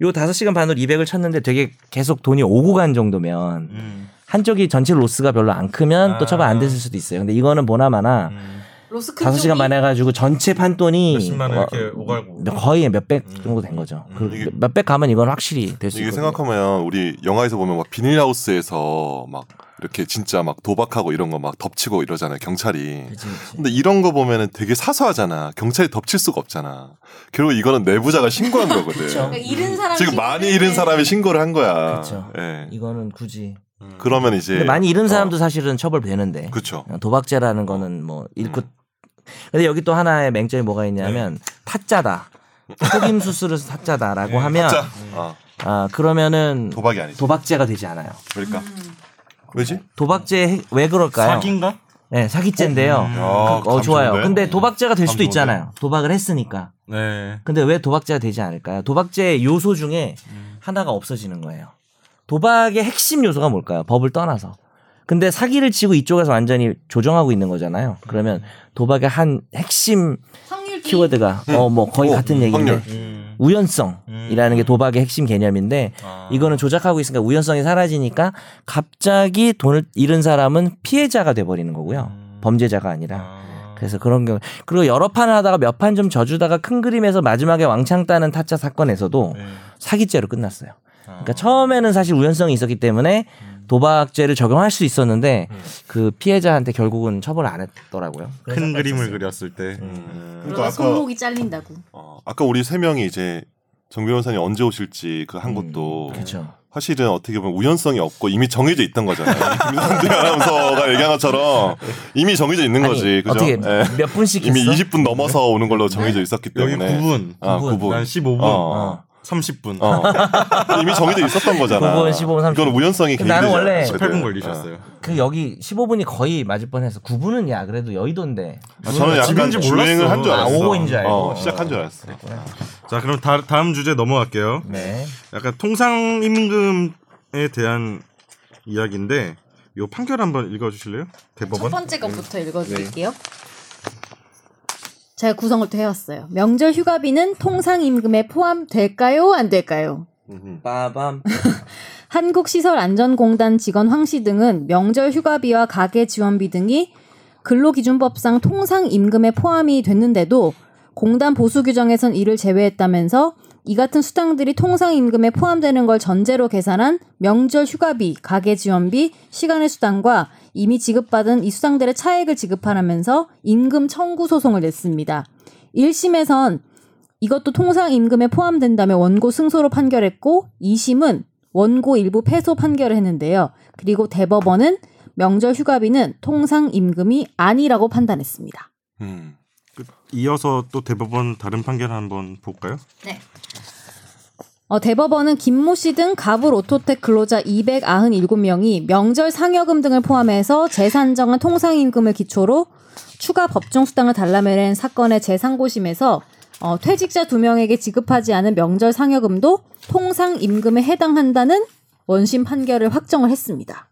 요 5시간 반으로 200을 쳤는데 되게 계속 돈이 오고 간 정도면
음,
한쪽이 전체 로스가 별로 안 크면 또
아.
처벌 안 됐을 수도 있어요. 근데 이거는 보나마나
음.
로스 큰
5시간
쪽이-
반 해가지고 전체 판돈이
몇십만 원
어,
이렇게 오갈고.
거의 몇백 정도 된 거죠. 그
음. 이게-
몇백 가면 이건 확실히 될 수
이게
있거든요.
생각하면 우리 영화에서 보면 막 비닐하우스에서 막 이렇게 진짜 막 도박하고 이런 거 막 덮치고 이러잖아요 경찰이.
그치, 그치.
근데 이런 거 보면은 되게 사소하잖아. 경찰이 덮칠 수가 없잖아. 결국 이거는 내부자가 신고한 거거든.
그쵸.
그러니까 잃은 사람
지금 많이 잃은 사람이 신고를 한 거야.
그쵸.
예.
이거는 굳이
그러면 이제
근데 많이 잃은 사람도 사실은 처벌되는데 어,
그렇죠.
도박죄라는 거는 뭐 읽고 근데 여기 또 하나의 맹점이 뭐가 있냐면 타짜다 속임 수술을 해서 네, 타짜다라고 하면
자, 아,
아 그러면은
도박이 아니죠.
도박죄가 되지 않아요
그러니까
음.
왜지?
도박죄 핵- 왜 그럴까요?
사기인가?
네 사기죄인데요
아,
어 좋아요
감정돼?
근데 도박죄가 될 수도
감정돼?
있잖아요 도박을 했으니까
네.
근데 왜 도박죄가 되지 않을까요? 도박죄의 요소 중에 하나가 없어지는 거예요. 도박의 핵심 요소가 뭘까요? 법을 떠나서. 근데 사기를 치고 이쪽에서 완전히 조정하고 있는 거잖아요. 그러면 도박의 한 핵심
확률
키워드가 어 뭐 거의
어,
같은
음,
얘기인데
확률.
음.
우연성이라는 게 도박의 핵심 개념인데
아.
이거는 조작하고 있으니까 우연성이 사라지니까 갑자기 돈을 잃은 사람은 피해자가 돼 버리는 거고요. 범죄자가 아니라.
아.
그래서 그런 경우 그리고 여러 판을 하다가 몇 판 좀 져주다가 큰 그림에서 마지막에 왕창 따는 타짜 사건에서도
네.
사기죄로 끝났어요. 그러니까
아.
처음에는 사실 우연성이 있었기 때문에
음.
도박죄를 적용할 수 있었는데
네.
그 피해자한테 결국은 처벌 안 했더라고요.
음.
그래서
큰 그림을 그렸을 때.
그러니까
그러다 그러니까 손목이 잘린다고.
어, 아까 우리 세 명이 이제 정 변호사님 언제 오실지 그 한 것도
그렇죠.
사실은 어떻게 보면 우연성이 없고 이미 정해져 있던 거잖아요. 김상태 아나운서가 얘기한 것처럼 이미 정해져 있는
아니,
거지. 그죠?
어떻게
예.
몇 분씩
이미
했어? 네.
20분 넘어서 오는 걸로 정해져 있었기
여기
때문에
9분,
아,
구분.
9분.
난 15분,
어.
30분,
어. 이미 정해져 있었던 거잖아.
9분, 15분, 30분.
이건 우연성이
근데 나는
개입되지
원래
않았거든.
8분 걸리셨어요.
그 여기 15분이 거의 맞을 뻔해서 9분은 야 그래도 여의도인데
아, 저는 약간
집인지
주행을
몰랐어.
한 줄
아,
알았어.
오고인 줄 알고.
어, 시작한 줄 알았어.
자, 그럼 다, 다음 주제 넘어갈게요.
네.
약간 통상 임금에 대한 이야기인데 요 판결 한번 읽어주실래요?
첫 뭐-
대법원. 네.
번째 것부터 읽어드릴게요. 제가 구성을 또 해왔어요. 명절 휴가비는 통상 임금에 포함될까요? 안 될까요?
빠밤.
한국시설안전공단 직원 황 씨 등은 명절 휴가비와 가계 지원비 등이 근로기준법상 통상 임금에 포함이 됐는데도 공단 보수 규정에선 이를 제외했다면서 이 같은 수당들이 통상 임금에 포함되는 걸 전제로 계산한 명절 휴가비, 가계 지원비, 시간의 수당과 이미 지급받은 이 수당들의 차액을 지급하라면서 임금 청구 소송을 냈습니다. 1심에선 이것도 통상 임금에 포함된다며 원고 승소로 판결했고 2심은 원고 일부 패소 판결을 했는데요. 그리고 대법원은 명절 휴가비는 통상 임금이 아니라고 판단했습니다.
음.
이어서 또 대법원 다른 판결 한번 볼까요?
네.
어, 대법원은 김모 씨 등 가불 오토텍 근로자 297명이 명절 상여금 등을 포함해서 재산정한 통상임금을 기초로 추가 법정 수당을 달라매낸 사건의 재상고심에서 어, 퇴직자 2명에게 지급하지 않은 명절 상여금도 통상임금에 해당한다는 원심 판결을 확정을 했습니다.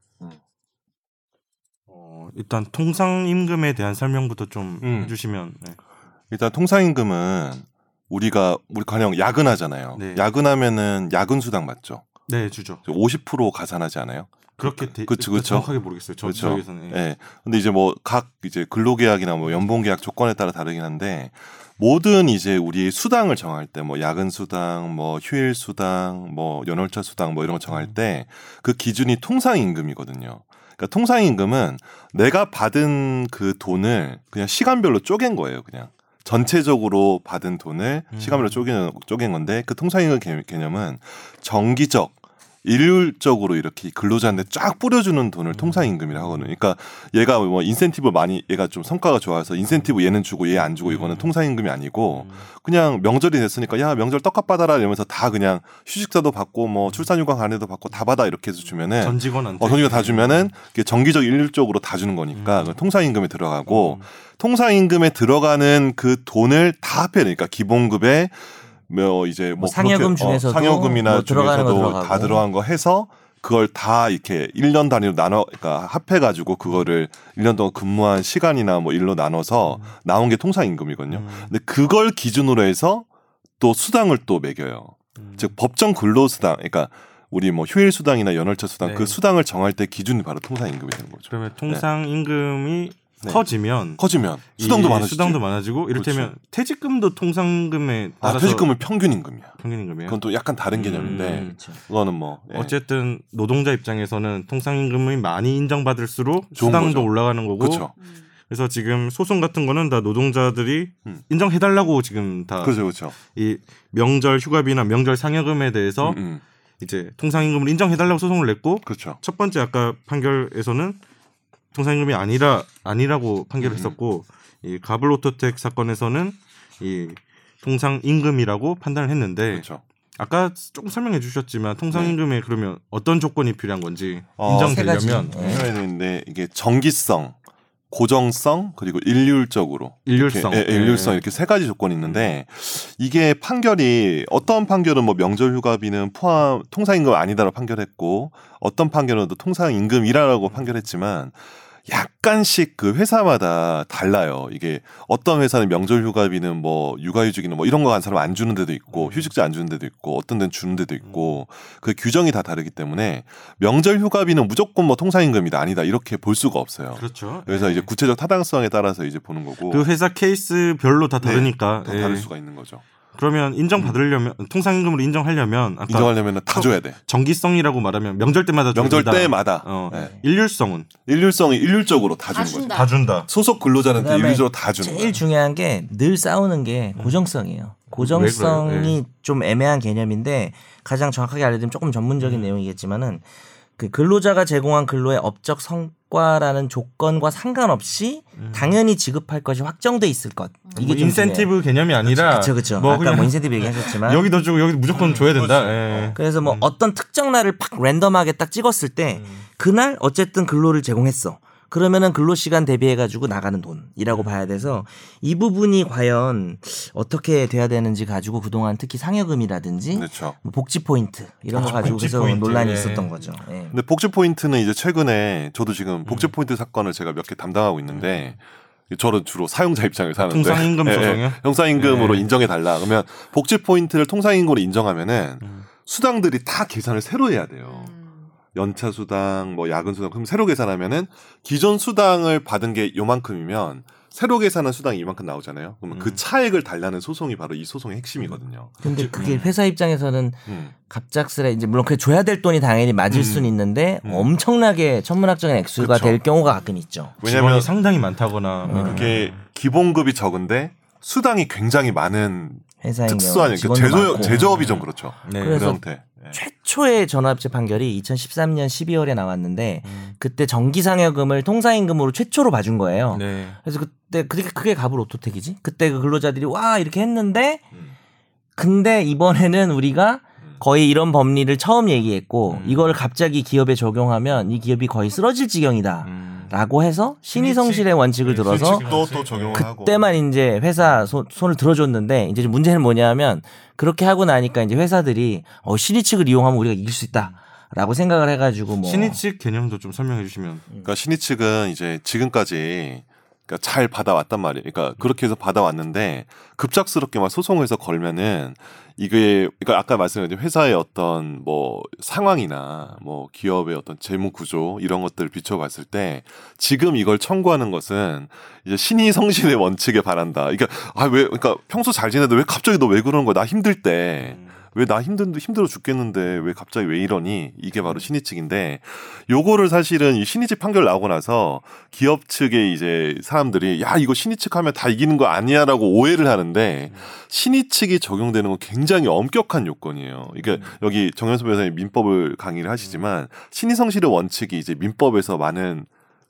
어, 일단 통상 임금에 대한 설명부터 좀
음.
해주시면 네.
일단 통상임금은 우리가 우리 가령 야근하잖아요.
네.
야근하면은 야근 수당 맞죠?
네, 주죠.
50% 가산하지 않아요?
그렇게 되,
그쵸, 그쵸.
정확하게 모르겠어요. 저,
그쵸.
저에서는
예. 근데 이제 뭐 각 이제 근로계약이나 뭐 연봉계약 조건에 따라 다르긴 한데 모든 이제 우리 수당을 정할 때 뭐 야근 수당, 뭐 휴일 수당, 뭐 연월차 수당 뭐 이런 거 정할 때 그 기준이 통상 임금이거든요. 그러니까 통상 임금은 내가 받은 그 돈을 그냥 시간별로 쪼갠 거예요, 그냥. 전체적으로 받은 돈을
음.
시간별로 쪼갠, 쪼갠 건데 그 통상임금 개- 개념은 정기적 일률적으로 이렇게 근로자한테 쫙 뿌려주는
음.
돈을 통상임금이라 하거든요. 그러니까 얘가 뭐 인센티브 많이 얘가 좀 성과가 좋아서 인센티브 얘는 주고 얘 안 주고 이거는
음.
통상임금이 아니고 그냥 명절이 됐으니까 야 명절 떡값 받아라 이러면서 다 그냥 휴식사도 받고 뭐 출산휴가 간에도 받고 다 받아 이렇게 해서 주면은
네. 전 직원한테
네.
어, 전이가 다 주면은 그게 정기적 일률적으로 다 주는 거니까
음.
그 통상임금에 들어가고
음.
통상임금에 들어가는 그 돈을 다 합해야 되니까 기본급에 뭐 이제 뭐
뭐 상여금
그렇게,
중에서도
상여금이나
뭐 들어가는 거
중에서도
들어가고.
다 들어간 거 해서 그걸 다 이렇게 1년 단위로 나눠 그러니까 합해 가지고 그거를 1년 동안 근무한 시간이나 뭐 일로
음.
나눠서 나온 게 통상임금이거든요.
음.
근데 그걸 기준으로 해서 또 수당을 또 매겨요.
음.
즉 법정 근로수당 그러니까 우리 뭐 휴일 수당이나 연월차 수당
네.
그 수당을 정할 때 기준이 바로 통상 임금이 되는 거죠.
그러면 통상 임금이
네.
커지면
커지면 수당도
이
많아지죠.
수당도 많아지고 이를테면
그렇죠.
퇴직금도 통상금에
아,
따라서
퇴직금은 평균 임금이야.
평균 임금이에요.
그건 또 약간 다른
음.
개념인데
네.
그렇죠.
그거는 뭐 예.
어쨌든 노동자 입장에서는 통상임금이 많이 인정받을수록
좋은
수당도
거죠.
올라가는 거고
그렇죠.
음.
그래서 지금 소송 같은 거는 다 노동자들이
음.
인정해달라고 지금 다 이
그렇죠, 그렇죠.
명절 휴가비나 명절 상여금에 대해서
음, 음.
이제 통상임금을 인정해달라고 소송을 냈고
그렇죠.
첫 번째 아까 판결에서는 통상임금이 아니라 아니라고
음.
판결했었고 이 가블로토텍 사건에서는 이 통상임금이라고 판단을 했는데
그렇죠. 네.
아까 조금 설명해 주셨지만 통상임금에 그러면 어떤 조건이 필요한 건지
어,
세
인정되려면
가지.
해야 되는데 네. 이게 정기성, 고정성 그리고 일률적으로
일률성,
이렇게, 예, 예, 일률성
예.
이렇게 세 가지 조건이 있는데 이게 판결이 어떤 판결은 뭐 명절 휴가비는 포함 통상임금 아니다라고 판결했고 어떤 판결은 또 통상임금이라라고 판결했지만 약간씩 그 회사마다 달라요. 이게 어떤 회사는 명절 휴가비는 뭐 육아휴직이나 뭐 이런 거 한 사람 안 주는 데도
음.
있고 휴직자 안 주는 데도 있고 어떤 데는 주는 데도 있고 그 규정이 다 다르기 때문에 명절 휴가비는 무조건 뭐 통상임금이다 아니다 이렇게 볼 수가 없어요.
그렇죠.
그래서
예.
이제 구체적 타당성에 따라서 이제 보는 거고
그 회사 케이스별로 다
네,
다르니까
다
예.
다를 수가 있는 거죠. 음.
그러면 인정받으려면 통상임금을 인정하려면 아까
인정하려면 다 줘야 돼.
정기성이라고 말하면 명절 때마다 좀
명절
준다.
때마다
어,
네.
일률성은
일률성이 일률적으로 다
다
주는
준다.
거죠.
준다.
소속 근로자한테
그다음에
일률적으로 다 주는
제일
거예요.
중요한 게 늘 싸우는 게
음.
고정성이에요.
왜 그래요? 예.
고정성이 좀 애매한 개념인데 가장 정확하게 알려드리면 조금
음.
전문적인 내용이겠지만은 그 근로자가 제공한 근로의 업적 성과라는 조건과 상관없이 당연히 지급할 것이 확정돼 있을 것.
음.
이게
뭐
좀 중요해요. 그렇죠,
인센티브 개념이 아니라
그쵸 그쵸.
뭐
아까
그냥
뭐 인센티브 얘기하셨지만
여기도 주고 여기도
음,
무조건 줘야 된다. 예.
그래서 뭐 어떤 특정 날을 팍 랜덤하게 딱 찍었을 때
음.
그날 어쨌든 근로를 제공했어. 그러면은 근로 시간 대비해 가지고 나가는
음.
돈이라고 봐야 돼서 이 부분이 과연 어떻게 돼야 되는지 가지고 그동안 특히 상여금이라든지
그렇죠.
뭐 복지 포인트 이런 거 가지고
복지
그래서
포인트.
논란이
예.
있었던 거죠. 예.
근데 복지 포인트는 이제 최근에 저도 지금 복지
음.
포인트 사건을 제가 몇 개 담당하고 있는데 저는 주로 사용자 입장에서 하는데
통상임금
예, 예.
소송이요?
통상임금으로
예.
인정해 달라. 그러면 복지 포인트를 통상임금으로 인정하면은
음.
수당들이 다 계산을 새로 해야 돼요.
음.
연차 수당, 뭐 야근 수당 그럼 새로 계산하면은 기존 수당을 받은 게 요만큼이면 새로 계산한 수당이 이만큼 나오잖아요. 그러면 그
음.
차액을 달라는 소송이 바로 이 소송의 핵심이거든요.
근데 그게 회사 입장에서는
음.
갑작스레 이제 물론 그 줘야 될 돈이 당연히 맞을
음.
수는 있는데
음.
엄청나게 천문학적인 액수가
그쵸.
될 경우가 가끔 있죠.
직원이
왜냐면 음.
상당히 많다거나 뭐 이렇게
그게 기본급이 적은데 수당이 굉장히 많은
회사인
특수한
경우
그
네, 직원도
제조
많고.
제조업이 좀 그렇죠.
네.
그래서-
그런 형태. 예.
최초의 전압제 판결이 2013년 12월에 나왔는데 그때 정기상여금을 통상임금으로 최초로 봐준 거예요.
네.
그래서 그때 그게 그게 갑을 오토텍이지. 그때 그 근로자들이 와 이렇게 했는데
음.
근데 이번에는 우리가 거의 이런 법리를 처음 얘기했고
음.
이걸 갑자기 기업에 적용하면 이 기업이 거의 쓰러질 지경이다라고
음.
해서 신의성실의 원칙을
네,
들어서
솔직히
또 또 적용을 하고
그때만 이제 회사 손, 손을 들어줬는데 이제 문제는 뭐냐면 그렇게 하고 나니까 이제 회사들이 어 신의 측을 이용하면 우리가 이길 수 있다라고 생각을 해가지고 뭐
신의 측 개념도 좀 설명해 주시면
그러니까 신의 측은 이제 지금까지 그러니까 잘 받아왔단 말이에요. 그러니까 그렇게 해서 받아왔는데 급작스럽게 막 소송해서 걸면은 이게 그러니까 아까 말씀드린 회사의 어떤 뭐 상황이나 뭐 기업의 어떤 재무 구조 이런 것들을 비춰봤을 때 지금 이걸 청구하는 것은 이제 신의 성실의 원칙에 바란다. 그러니까 아 왜 그러니까 평소 잘 지내도 왜 갑자기 너 왜 그러는 거야? 나 힘들 때. 왜 나 힘든 힘들어 죽겠는데 왜 갑자기 왜 이러니 이게 바로 신의 측인데 요거를 사실은 이 신의 측 판결 나오고 나서 기업 측의 이제 사람들이 야 이거 신의 측 하면 다 이기는 거 아니야라고 오해를 하는데 신의 측이 적용되는 건 굉장히 엄격한 요건이에요. 이게 여기 정현수 변호사님 민법을 강의를 하시지만 신의 성실의 원칙이 이제 민법에서 많은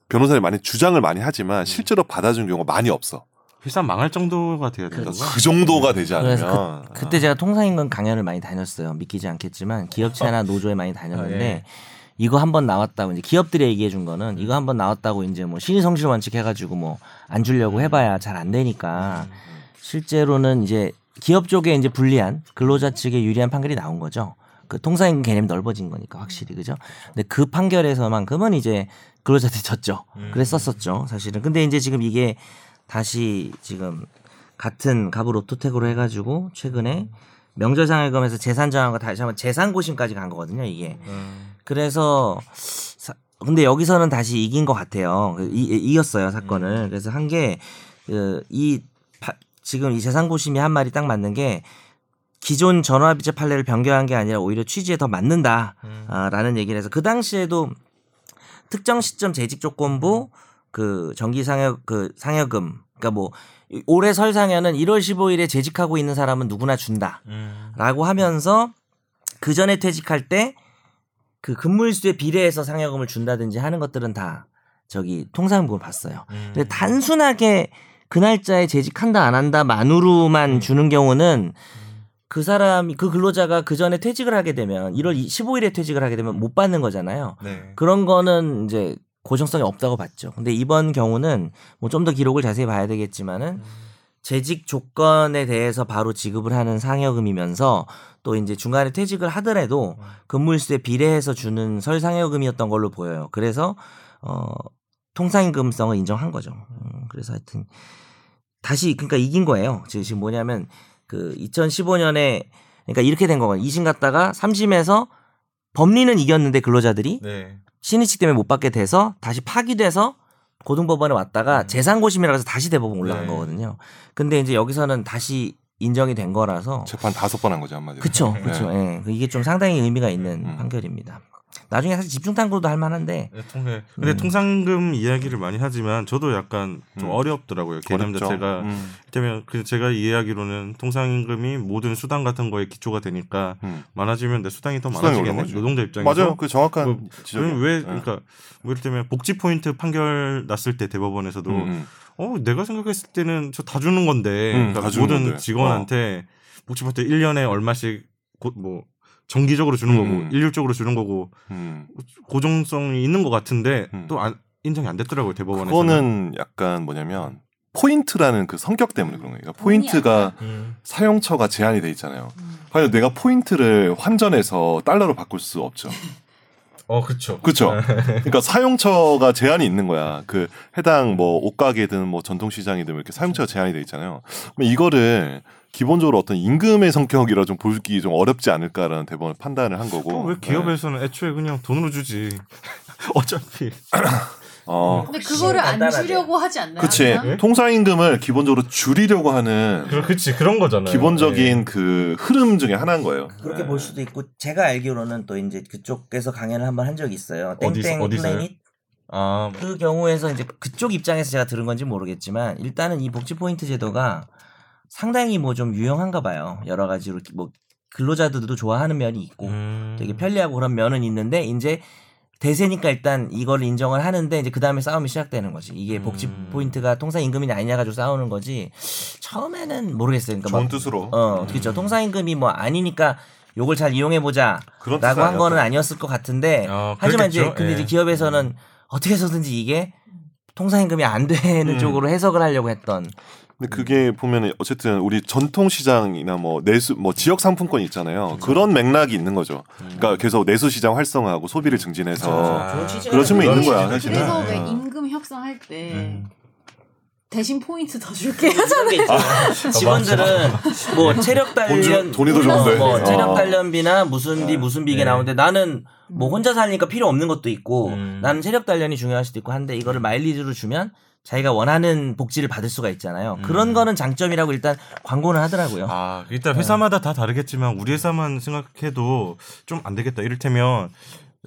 변호사들이 많이 주장을 많이 하지만 실제로 받아준 경우가 많이 없어.
회사 망할 정도가 돼야 된다고.
그러니까
그렇죠.
그 정도가 되지
그래서
않으면
그때 제가 통상인권 강연을 많이 다녔어요. 믿기지 않겠지만
아,
기업체나
네.
노조에 많이 다녔는데
아, 예.
이거 한번 나왔다고 이제 기업들이 얘기해 준 거는
음.
이거 한번 나왔다고 이제 뭐 신의성실 원칙 해가지고 뭐 안
음.
주려고 해봐야 잘 안 되니까 실제로는 이제 기업 쪽에 이제 불리한 근로자 측에 유리한 판결이 나온 거죠. 그 통상인 개념이 넓어진 거니까 확실히 그죠. 근데 그 판결에서만큼은 이제 근로자들이 졌죠.
음.
그랬었었죠. 사실은. 근데 이제 지금 이게 다시 지금 같은 갑을 오토택으로 해가지고 최근에 명절상해금에서 재산 정하고 다시 한번 재산 고심까지 간 거거든요. 이게. 그래서 사- 근데 여기서는 다시 이긴 것 같아요. 그 이, 이겼어요 사건을. 그래서 그 한게이 지금 이 재산 고심이 한 말이 딱 맞는 게 기존 전화비제 판례를 변경한 게 아니라 오히려 취지에 더 맞는다라는 얘기를 해서 그 당시에도 특정 시점 재직 조건부 그 정기 상여 그 상여금 그러니까 뭐 이- 올해 설 상여는 1월 15일에 재직하고 있는 사람은 누구나 준다.
음.
라고 하면서 그 전에 퇴직할 때 그 근무일수에 비례해서 상여금을 준다든지 하는 것들은 다 저기 통상금을 봤어요. 근데
음.
단순하게 그 날짜에 재직한다 안 한다만으로만 주는 경우는 그 사람이 그 근로자가 그 전에 퇴직을 하게 되면 1월 15일에 퇴직을 하게 되면 못 받는 거잖아요.
네.
그런 거는 이제 고정성이 없다고 봤죠. 근데 이번 경우는 뭐 좀 더 기록을 자세히 봐야 되겠지만은 재직 조건에 대해서 바로 지급을 하는 상여금이면서 또 이제 중간에 퇴직을 하더라도 근무일수에 비례해서 주는 설 상여금이었던 걸로 보여요. 그래서 어 통상임금성을 인정한 거죠. 음, 그래서 하여튼 다시 그러니까 이긴 거예요. 지금 지금 뭐냐면 그 2015년에 그러니까 이렇게 된 거거든요. 2심 갔다가 3심에서 법리는 이겼는데 근로자들이
네.
신의칙 때문에 못 받게 돼서 다시 파기돼서 고등법원에 왔다가 재산고심이라 해서 다시 대법원 올라간
음. 네.
거거든요. 근데 이제 여기서는 다시 인정이 된 거라서
그 재판 다섯 번 한 거죠 한마디로. 네.
그쵸,
네.
그쵸. 예. 이게 좀 상당히 의미가 있는
음.
판결입니다. 나중에 사실 집중 탐구도 할 만한데
네, 통해. 근데
음.
통상금 이야기를 많이 하지만 저도 약간 좀
음.
어렵더라고요. 개념
어렵죠.
자체가
음.
때문에 그 제가 이해하기로는 통상임금이 모든 수당 같은 거에 기초가 되니까
음.
많아지면 내 수당이 더
수당이
많아지겠네.
올라가죠.
노동자 입장에서
맞아요. 그 정확한
뭐,
지적이에요.
왜
예.
그러니까 뭐 예를 들면 복지 포인트 판결 났을 때 대법원에서도
음, 음.
어 내가 생각했을 때는 저 다 주는 건데
음,
그러니까
다 주는
모든
건데. 어.
직원한테 복지 포인트 1년에 얼마씩 곧 뭐 정기적으로 주는
음.
거고 일률적으로 주는 거고
음.
고정성이 있는 것 같은데
음.
또 안- 인정이 안 됐더라고요 대법원에서.
그거는 약간 뭐냐면 포인트라는 그 성격 때문에 그런 거예요. 그러니까 포인트가 사용처가 제한이 돼 있잖아요. 과연 내가 포인트를 환전해서 달러로 바꿀 수 없죠.
어 그렇죠.
그렇죠. 그러니까 사용처가 제한이 있는 거야. 그 해당 뭐 옷가게든 뭐 전통시장이든 이렇게 사용처가 제한이 돼 있잖아요. 그럼 이거를 기본적으로 어떤 임금의 성격이라 좀 보기 좀 어렵지 않을까라는 대법원 판단을 한 거고.
어, 왜 기업에서는 애초에 그냥 돈으로 주지 어차피
네. 어,
근데 그거를 안
간단하게.
주려고 하지 않나요?
그치.
그냥?
통상임금을 기본적으로 줄이려고 하는
그렇지 그런 거잖아요. 네.
기본적인 그 흐름 중에 하나인 거예요.
그렇게
네.
볼 수도 있고 제가 알기로는 또 이제 그쪽에서 강연을 한 번 한 적이 있어요.
어디서-
땡땡
어디서요?
플래닛
아
그 경우에서 이제 그쪽 입장에서 제가 들은 건지 모르겠지만 일단은 이 복지 포인트 제도가 상당히 뭐 좀 유용한가 봐요. 여러 가지로 뭐 근로자들도 좋아하는 면이 있고
뭐.
음.
음.
되게 편리하고 그런 면은 있는데 이제 대세니까 일단 이걸 인정을 하는데 이제 그 다음에 싸움이 시작되는 거지. 이게 복지
음.
포인트가 통상 임금이냐 아니냐 가지고 싸우는 거지. 처음에는 모르겠어요. 그러니까
좋은
막
뜻으로.
어, 그렇죠. 통상임금이 뭐 아니니까 요걸 잘 이용해 보자라고
그런
한 거는 아니었을 것 같은데
그렇죠. 네. 아,
하지만
그렇겠죠.
이제 근데
예.
이제 기업에서는 어떻게 해서든지 이게 통상 임금이 안 되는
음.
쪽으로 해석을 하려고 했던
근데 그게 보면은 어쨌든 우리 전통 시장이나 뭐 내수 뭐 지역 상품권 있잖아요. 그런 맥락이 있는 거죠. 그러니까 계속 내수 시장 활성화하고 소비를 증진해서 음.
아,
어, 좋은 취지가 네.
그런 측면이 있는
그런
거야,
취지.
사실은.
그래서
네.
왜 임금 협상할 때
음.
대신 포인트 더 줄게
그런 게
아,
있죠.
아,
직원들은 뭐 체력
주-
단련
돈이 더
뭐,
좋은데.
뭐
어.
체력 단련비나 무슨 비
네.
무슨 비게
네.
나오는데 나는 뭐 혼자 사니까 필요 없는 것도 있고
음.
나는 체력 단련이 중요할 수도 있고 한데 이거를 마일리지로 주면 자기가 원하는 복지를 받을 수가 있잖아요. 그런 거는 장점이라고 일단 광고는 하더라고요.
음. 아, 일단 회사마다 다 다르겠지만 우리 회사만 생각해도 좀 안 되겠다. 이를테면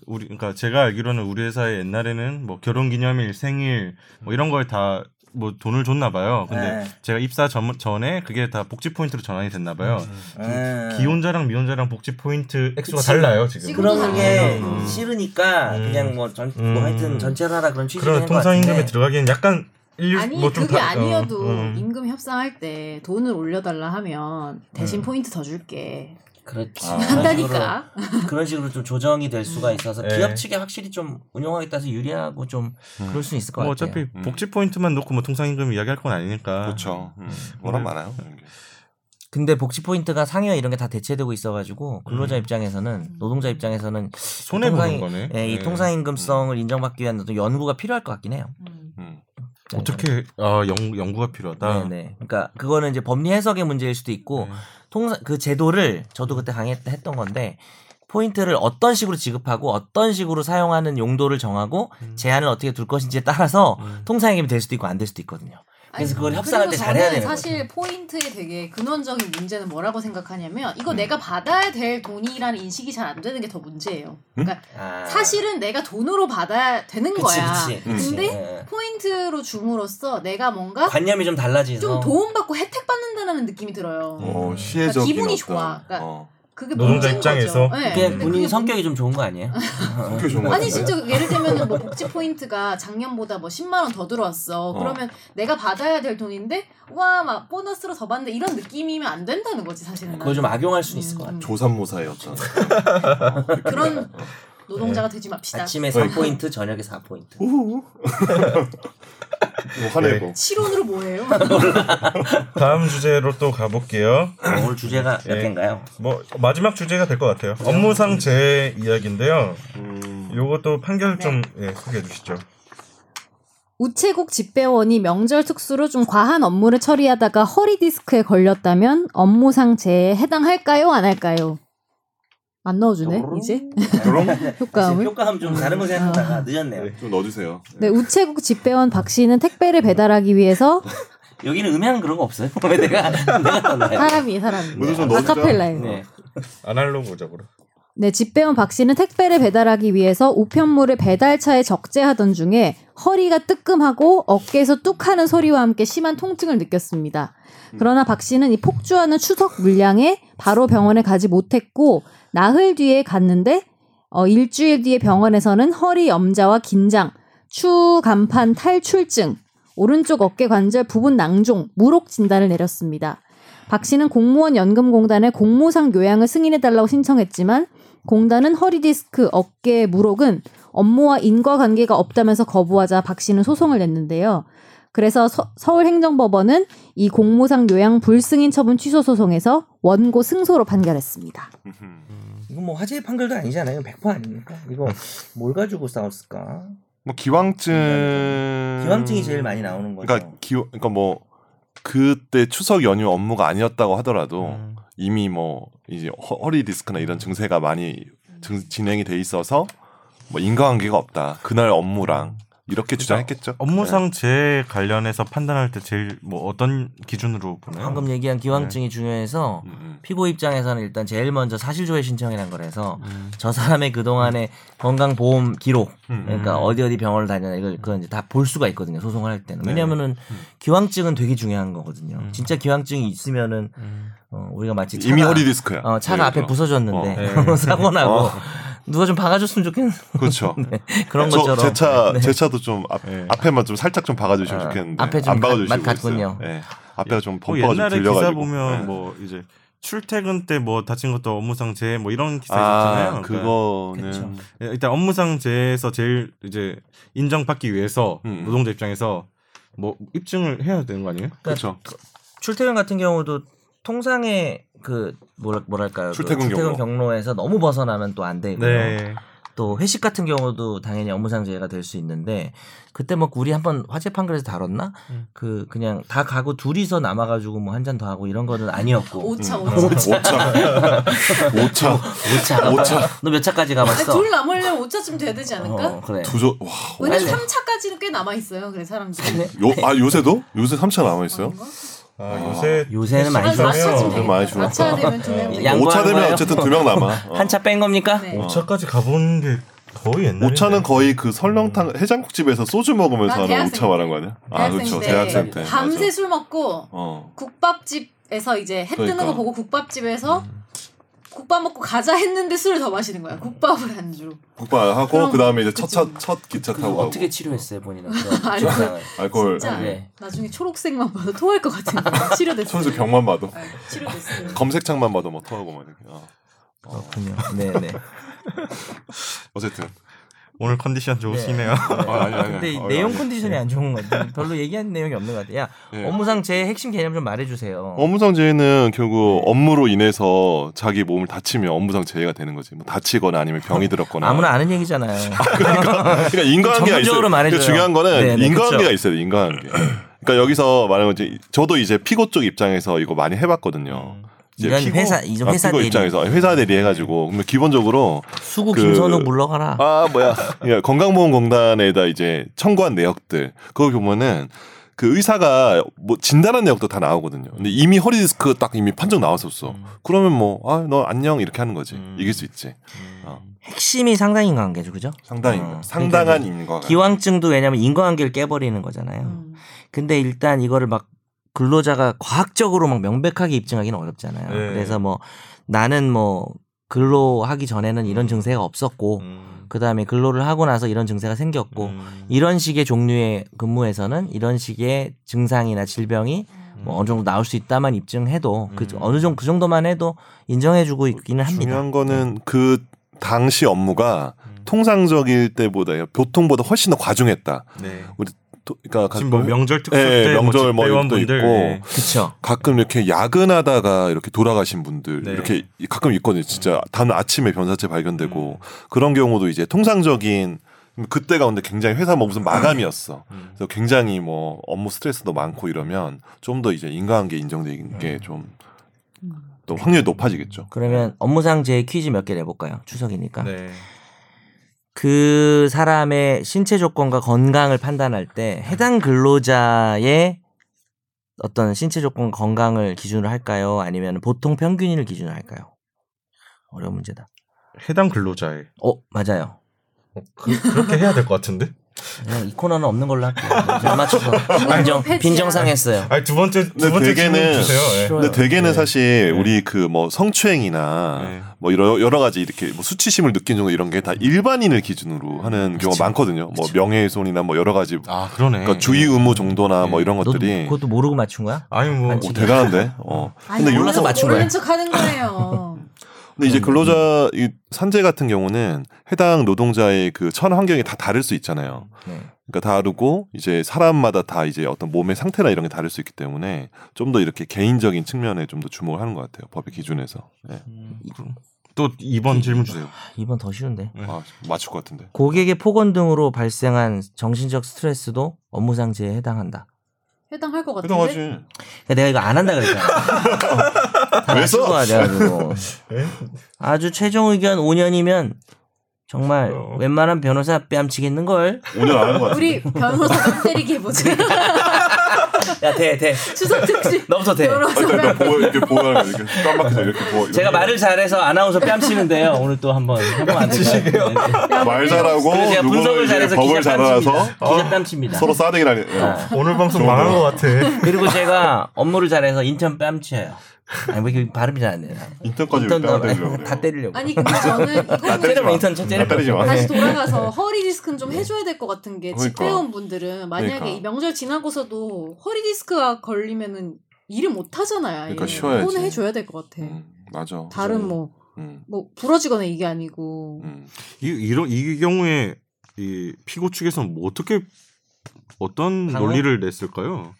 우리 그러니까 제가 알기로는 우리 회사에 옛날에는 뭐 결혼 기념일, 생일 뭐 이런 걸 다 뭐 돈을 줬나 봐요. 근데
네.
제가 입사 전, 전에 그게 다 복지 포인트로 전환이 됐나 봐요.
음.
기혼자랑 미혼자랑 복지 포인트 액수가
그치.
달라요, 예. 지금.
지금
그런 게
음.
싫으니까
음.
그냥 뭐, 전,
음.
뭐 하여튼 전체를 하라 그런 취지인
그런
것 같은데
통상임금에 들어가기엔 약간 일,
네. 아니
뭐 좀
그게
다- 어,
아니어도
음.
임금 협상할 때 돈을 올려달라 하면 대신
네.
포인트 더 줄게 그러니까.
그렇지
한다니까
그런 식으로 좀 조정이 될 수가 있어서
네.
기업 측에 확실히 좀 운영하기에 따라서 유리하고 좀 그럴 수 있을 것
뭐
같아요.
어차피
음.
복지 포인트만 놓고 뭐 통상임금 이야기할 건 아니니까.
그렇죠. 음, 워낙
음.
많아요. 이런 게.
근데 복지 포인트가 상여 이런 게 다 대체되고 있어가지고 근로자
음.
입장에서는 노동자 입장에서는
손해 보는 거네.
예, 이
네.
통상임금성을 인정받기 위한 어떤 연구가 필요할 것 같긴 해요.
음.
어떻게 아 연, 연구가 필요하다.
네네. 그러니까 그거는 이제 법리 해석의 문제일 수도 있고
네.
통상 그 제도를 저도 그때 강의했던 건데 포인트를 어떤 식으로 지급하고 어떤 식으로 사용하는 용도를 정하고 제한을 어떻게 둘 것인지에 따라서
음.
통상임금이 될 수도 있고 안 될 수도 있거든요. 그래서 그걸 협상할
그리고
때 잘해야
저는
되는
사실 포인트의 되게 근원적인 문제는 뭐라고 생각하냐면
음.
이거 내가 받아야 될 돈이라는 인식이 잘 안 되는 게 더 문제예요. 그러니까
아.
사실은 내가 돈으로 받아야 되는
그치,
거야.
그치, 그치.
근데
예.
포인트로 줌으로써 내가 뭔가
관념이 좀 달라지죠.
좀 도움받고 혜택 받는다는 느낌이 들어요.
어,
음.
시혜적인
기분이
어떤-
좋아. 그러니까
어.
그게
노동자
문제인
입장에서?
거죠. 네.
그게
근데
본인
그게
성격이 좀 좋은 거 아니에요?
음.
성격이 좋은 것
아니
같은데?
진짜 예를 들면 뭐 복지 포인트가 작년보다 뭐 10만 원 더 들어왔어. 그러면 내가 받아야 될 돈인데 와 막 보너스로 더 받는데 이런 느낌이면 안 된다는 거지 사실은. 음.
그걸 좀 악용할 수는 있을 것 같아요.
조산모사의 어떤
그런
네.
노동자가 되지 맙시다.
아침에 3포인트, 저녁에 4포인트.
우후. 뭐 화내고
실온으로 뭐예요?
다음 주제로 또 가볼게요.
어, 오늘 주제가 몇
예.
개인가요?
뭐 마지막 주제가 될 것 같아요. 업무상 제 이야기인데요.
음,
요것도 판결 좀
네.
예, 소개해 주시죠.
우체국 집배원이 명절 특수로 좀 과한 업무를 처리하다가 허리 디스크에 걸렸다면 업무상 제에 해당할까요? 안 할까요? 안 넣어주네 이제
요런
그러니까
지금
효과음을.
효과음 좀 다른 거
아.
생각하다가 늦었네요.
좀 넣어주세요.
네 우체국 집배원 박 씨는 택배를 배달하기 위해서
여기는 음향 그런 거 없어요? 왜 내가, 내가 떠나요?
아.
사람이 사람이
모두 좀 네. 넣어주자.
아카펠라예요.
네.
아날로그 적으로.
네, 집배원 박 씨는 택배를 배달하기 위해서 우편물을 배달차에 적재하던 중에 허리가 뜨끔하고 어깨에서 뚝 하는 소리와 함께 심한 통증을 느꼈습니다. 그러나 박 씨는 이 폭주하는 추석 물량에 바로 병원에 가지 못했고 나흘 뒤에 갔는데 어, 일주일 뒤에 병원에서는 허리 염자와 긴장, 추 간판 탈출증, 오른쪽 어깨 관절 부분 낭종, 무록 진단을 내렸습니다. 박 씨는 공무원 연금공단에 공무상 요양을 승인해달라고 신청했지만 공단은 허리 디스크, 어깨 무록은 업무와 인과관계가 없다면서 거부하자 박 씨는 소송을 냈는데요. 그래서 서, 서울행정법원은 이 공무상 요양 불승인 처분 취소 소송에서 원고 승소로 판결했습니다.
음.
이건 뭐 화제의 판결도 아니잖아요. 100% 아닙니까? 이거 뭘 가지고 싸웠을까?
뭐 기왕증
기왕증이 제일 많이 나오는 거죠.
그러니까 기 그러니까 뭐 그때 추석 연휴 업무가 아니었다고 하더라도
음.
음.
이미 뭐 이제 허, 허리 디스크나 이런 증세가 많이
음.
증, 진행이 돼 있어서 뭐 인과관계가 없다. 그날 업무랑 이렇게 주장했겠죠.
어,
업무상 제 관련해서 판단할 때 제일 뭐 어떤 기준으로 보나요? 뭐
방금 얘기한 기왕증이 중요해서
음, 음.
피고 입장에서는 일단 제일 먼저 사실조회 신청이란 걸 해서 저 사람의 그동안의 건강보험 기록
음.
그러니까 어디 어디 병원을 다녔나 이걸 그건 이제 다 볼 수가 있거든요 소송을 할 때는 왜냐면은 기왕증은 되게 중요한 거거든요 진짜 기왕증이 있으면은 어, 우리가 마치 차가,
이미 허리 디스크야. 네,
어, 차가
예를
앞에
들어.
부서졌는데 뭐
어. 네.
사고 나고
어.
누가 좀 박아줬으면 좋겠는
그렇죠.
네, 그런
저,
것처럼
제 차,
네.
제 차도 좀 앞,
네.
앞에만 좀 살짝 좀 박아주시면
어,
좋겠는데.
앞에 좀
안 박아주시고
맛 같군요.
있어요. 네. 앞에가 좀
뭐
범퍼가 좀
옛날에
들려가지고.
기사 보면
네.
뭐 이제 출퇴근 때 뭐 다친 것도 업무상 재해 뭐 이런 기사 있잖아요.
아,
그러니까
그거는
그쵸.
일단 업무상 재해에서 제일 이제 인정받기 위해서
음.
노동자 입장에서 뭐 입증을 해야 되는 거 아니에요?
그렇죠.
출퇴근 같은 경우도 통상의 그 뭐라, 뭐랄까요? 그
출퇴근 경로.
경로에서 너무 벗어나면 또 안 되고요.
네.
또 회식 같은 경우도 당연히 업무상재해가 될 수 있는데 그때 뭐 우리 한번 화재 판결에서 다뤘나?
음.
그 그냥 다 가고 둘이서 남아가지고 뭐 한 잔 더 하고 이런 거는 아니었고.
오차
음.
오차.
5차. 5차.
오차.
오차.
너몇 차까지
아니,
가봤어?
둘 남으려면 5차쯤 돼야 되지 않을까?
어, 그래.
두조 와.
왜냐
빨리.
3차까지는 꽤 남아 있어요. 그래 사람들이.
네.
요, 아 요새도? 요새 3차 남아 있어요?
아닌가?
아,
아,
요새
요새는 많이
한
줄어요. 좀
4차쯤 아, 되겠다.
네, 많이 줄었어.
4차 되면 두 명.
양- 양보하는
5차 되면
거예요?
어쨌든 두 명 남아. 어.
한 차 뺀 겁니까?
아.
네.
5차까지 가본 게 거의 옛날에
5차는 거의 그 설렁탕 해장국집에서 소주 먹으면서
아,
하는
대학생
5차 말한 거 아니야? 아 그렇죠. 대학생 때. 맞아.
네. 밤새 술 먹고
어.
국밥집에서 이제 해 뜨는
그러니까. 음.
거 보고 국밥집에서 국밥 먹고 가자 했는데 술을 더 마시는 거야. 국밥을 안주로.
국밥 하고
그럼-
그 다음에 이제
그치.
첫첫 첫 기차
그거
타고 가고.
어떻게 치료했어요 본인은? 그런
알고.
증상을.
알코올.
진짜
네.
나중에 초록색만 봐도 토할 것 같은 거 치료됐어.
손에서 병만 봐도
아, 치료됐어.
검색창만 봐도 뭐 토하고 막 이렇게. 어. 어.
그렇군요. 네네.
어쨌든
오늘 컨디션 좋으시네요.
아, 아니, 아니,
근데 이
아니.
내용
아니.
컨디션이 안 좋은 것 같아요. 별로 얘기하는 내용이 없는 것 같아요. 야,
예.
업무상 제 핵심 개념 좀 말해주세요.
업무상 재해는 결국 업무로 인해서 자기 몸을 다치면 업무상 재해가 되는 거지. 뭐 다치거나 아니면 병이 들었거나.
어. 아무나 아는 얘기잖아요.
그러니까 인과관계가 있어요.
전문적으로
그러니까
말해줘요.
중요한 거는
네네, 그렇죠.
인과관계가
그쵸.
있어요. 인과관계. 그러니까 여기서 말하는 거지. 저도 이제 피고 쪽 입장에서 이거 많이 해봤거든요. 이제
이건 회사- 이제 회사
피고
대리.
입장에서 회사 대리 해가지고 그러면 기본적으로
수구
그-
김선우 물러가라.
아 뭐야 그러니까 건강보험공단에다 이제 청구한 내역들 그거 보면은 그 의사가 뭐 진단한 내역도 다 나오거든요. 근데 이미 허리디스크 딱 이미 판정 나왔었어.
음.
그러면 뭐 아 너 안녕 이렇게 하는 거지
음.
이길 수 있지. 어,
핵심이 상당인 관계죠, 그죠?
상당히
어,
상당한
그러니까
인과가
기왕증도 왜냐면 인과관계를 깨버리는 거잖아요.
음.
근데 일단 이거를 막 근로자가 과학적으로 막 명백하게 입증하기는 어렵잖아요.
네.
그래서 뭐 나는 뭐 근로하기 전에는 이런 증세가 없었고
음.
그다음에 근로를 하고 나서 이런 증세가 생겼고
음.
이런 식의 종류의 근무에서는 이런 식의 증상이나 질병이 뭐 어느 정도 나올 수 있다만 입증해도 그
음.
어느 정도 그 정도만 해도 인정해주고
네,
있기는 합니다.
중요한 거는 그 당시 업무가
음.
통상적일 때보다 보통보다 훨씬 더 과중했다.
네.
또- 그러니까
지금 뭐
가끔-
명절 특수
예, 예,
때뭐
명절 뭐
집배원분들,
이것도 있고.
예.
그렇죠.
가끔 이렇게 야근하다가 이렇게 돌아가신 분들
네.
이렇게 가끔 있거든요. 진짜 다음 아침에 변사체
음.
발견되고 그런 경우도 이제 통상적인 그때가 근데 굉장히 회사 뭐 무슨 마감이었어.
음.
그래서 굉장히 뭐 업무 스트레스도 많고 이러면 좀 더 이제 인과관계 인정되는
음.
게 좀 또 확률이 높아지겠죠.
그러면 업무상 제 퀴즈 몇 개 내볼까요? 추석이니까.
네.
그 사람의 신체 조건과 건강을 판단할 때 해당 근로자의 어떤 신체 조건 건강을 기준으로 할까요? 아니면 보통 평균인을 기준으로 할까요? 어려운 문제다.
해당 근로자의
어 맞아요.
어, 그, 그렇게 해야 될 것 같은데?
그냥 이 코너는 없는 걸로 할게요. 잘 맞춰서 빈정
폐지야.
빈정상했어요.
아니 두 번째 두
근데
번째
되게는-
질문 주세요. 예.
싫어요.
근데 대개는
네.
사실 우리 그 뭐 성추행이나
네.
뭐 여러, 여러 가지 이렇게 뭐 수치심을 느낀 정도 이런 게 다 일반인을 기준으로 하는 경우가 많거든요. 뭐 명예훼손이나 뭐 여러 가지
아 그렇죠. 그러네.
그러니까 주의 의무 정도나
네.
뭐 이런
너도
것들이
그것도 모르고 맞춘 거야?
아니 뭐
아니,
오, 대단한데. 어.
아니,
근데
몰라서
요새-
맞춘 거예요.
모르는 척 하는 거예요.
근데
네.
이제 근로자 이 산재 같은 경우는 해당 노동자의 그 천 환경이 다 다를 수 있잖아요.
네.
그러니까 다르고 이제 사람마다 다 이제 어떤 몸의 상태나 이런 게 다를 수 있기 때문에 좀 더 이렇게 개인적인 측면에 좀 더 주목을 하는 것 같아요. 법의 기준에서. 네.
또 2번 질문 주세요.
이번 더 쉬운데.
네.
아, 맞출 것 같은데.
고객의 폭언 등으로 발생한 정신적 스트레스도 업무상 제에 해당한다.
해당할 것 같은데.
해당하지.
그러니까 내가 이거 안 한다 그랬잖아. 어,
왜 써?
거야, 내가 그거.
예?
아주 최종 의견 5년이면 정말
어.
웬만한 변호사 뺨치겠는 걸.
오늘 안 하는 것 같은데.
우리 변호사 뺨 때리기 해보자.
야, 돼, 돼.
추석 특집.
너부터 돼.
변호사
일단
뺨.
이렇게 그러니까 보호 이렇게 보호하는 거 이렇게 깜빡해서 이렇게 보호. 이렇게.
제가 말을 잘해서 아나운서 뺨치는데요. 오늘 또 한번 한번 안 치시게요.
말 잘하고
그래서 제가
어, 누구는
분석을
이제
잘해서
법을
기자
잘 알아서 어?
뺨칩니다. 기자 뺨칩니다.
서로 싸대기라니. 예.
아.
오늘 방송
좋은
망한
거야.
것 같아.
그리고 제가 업무를 잘해서 인천 뺨치예요. 아니 왜 이렇게 발음이 잘 안 돼요?
인턴까지
인턴
다
너-
때리려고 그래요.
다 때리려고.
아니 근데 저는 이거
때려. 때리면 인턴 쳐, 때리면.
다 때리지 마.
다시 돌아가서 허리 디스크는 좀 해줘야 될 것 같은 게
네. 그러니까.
집회원 분들은 만약에
그러니까.
이 명절 지나고서도 허리 디스크가 걸리면은 일을 못 하잖아요.
그러니까 쉬어야지.
폰을 해줘야 될 것 같아.
음, 맞아.
네. 다른 뭐 뭐
음,
부러지거나 이게 아니고
음.
이 이런 이 경우에 이 피고 측에서는 뭐 어떻게 어떤
방어?
논리를 냈을까요?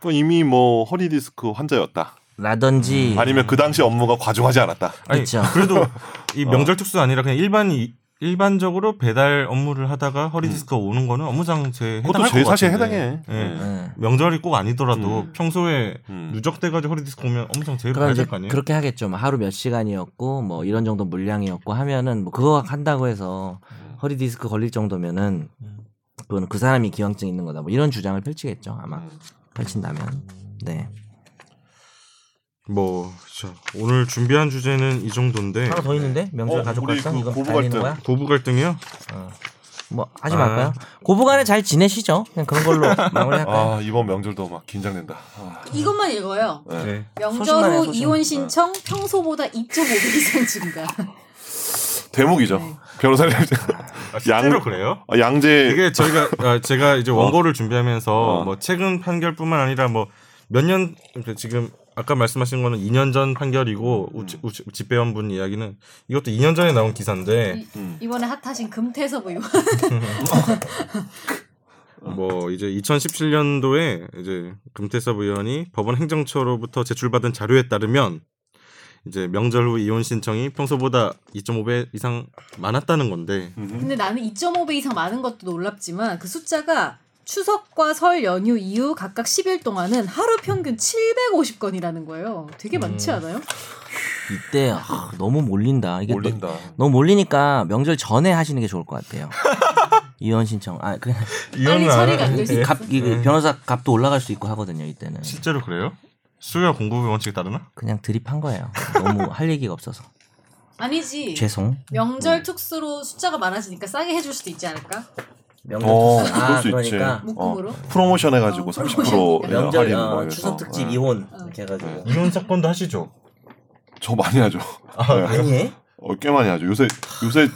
또 이미 뭐 허리 디스크 환자였다.
라든지
아니면 그 당시 업무가 과중하지 않았다.
그렇죠.
그래도 이
어.
명절 특수 아니라 그냥 일반 이- 일반적으로 배달 업무를 하다가 허리
음.
디스크가 오는 거는 업무상제
그것도
해당할
제
것
사실
같은데.
해당해.
예.
네.
명절이 꼭 아니더라도
음.
평소에
음.
누적돼가지고 허리 디스크 오면 엄청 제일
그럼
봐야
그러니까 이제
될 거 아니에요?
그렇게 하겠죠. 뭐 하루 몇 시간이었고 뭐 이런 정도 물량이었고 하면은 뭐 그거 한다고 해서
음.
허리 디스크 걸릴 정도면은
음.
그거는 그 사람이 기왕증 있는 거다. 뭐 이런 주장을 펼치겠죠. 아마
음.
펼친다면. 네.
뭐 자, 오늘 준비한 주제는 이 정도인데
하나 더 있는데 명절
어,
가족
우리
갈등
그
이거
고부
달리는
갈등.
거야?
고부 갈등이요?
어. 뭐 하지
아.
말까요? 고부간에 잘 지내시죠. 그냥 그런 걸로 마무리할까요?
아 이번 명절도 막 긴장된다. 아,
이것만 읽어요.
네.
네.
명절
소신만이야,
후
소신.
이혼 신청 평소보다 2.5배 이상 증가.
대목이죠.
네.
변호사님
아, 실제로
양-
그래요?
아, 양재
이게 저희가 아, 제가 이제 원고를 준비하면서
어.
뭐 최근 판결뿐만 아니라 뭐 몇 년 지금 아까 말씀하신 거는 2년 전 판결이고 우치, 우치, 집배원분 이야기는 이것도 2년 전에 나온 기사인데
음.
이번에 핫하신 금태섭 의원.
뭐 이제 2017년도에 이제 금태섭 의원이 법원 행정처로부터 제출받은 자료에 따르면 이제 명절 후 이혼 신청이 평소보다 2.5배 이상 많았다는 건데
음.
근데 나는 2.5배 이상 많은 것도 놀랍지만 그 숫자가 추석과 설 연휴 이후 각각 10일 동안은 하루 평균 750건이라는 거예요. 되게 많지
음.
않아요?
이때 아, 너무 몰린다. 이게 또-
올린다.
너무 몰리니까 명절 전에 하시는 게 좋을 것 같아요. 이혼 신청. 아, 그냥
빨리
이혼은 안
처리가
하-
안 되지.
갑, 이 변호사 값도 올라갈 수 있고 하거든요, 이때는.
실제로 그래요? 수요와 공급의 원칙에 따르나?
그냥 드립한 거예요. 너무 할 얘기가 없어서.
아니지.
죄송.
명절 특수로 숫자가 많아지니까 싸게 해줄 수도 있지 않을까?
명절
어,
특수.
그럴
아,
수 있지.
그러니까
묶음으로?
프로모션 해가지고
어,
30%
프로모션.
명절
할인 뭐
어,
이래서.
추석 특집
네.
이혼 이렇게 해가지고.
이혼 사건도 하시죠?
저 많이 하죠. 네.
아니 해?
어, 꽤 많이 하죠. 요새 요새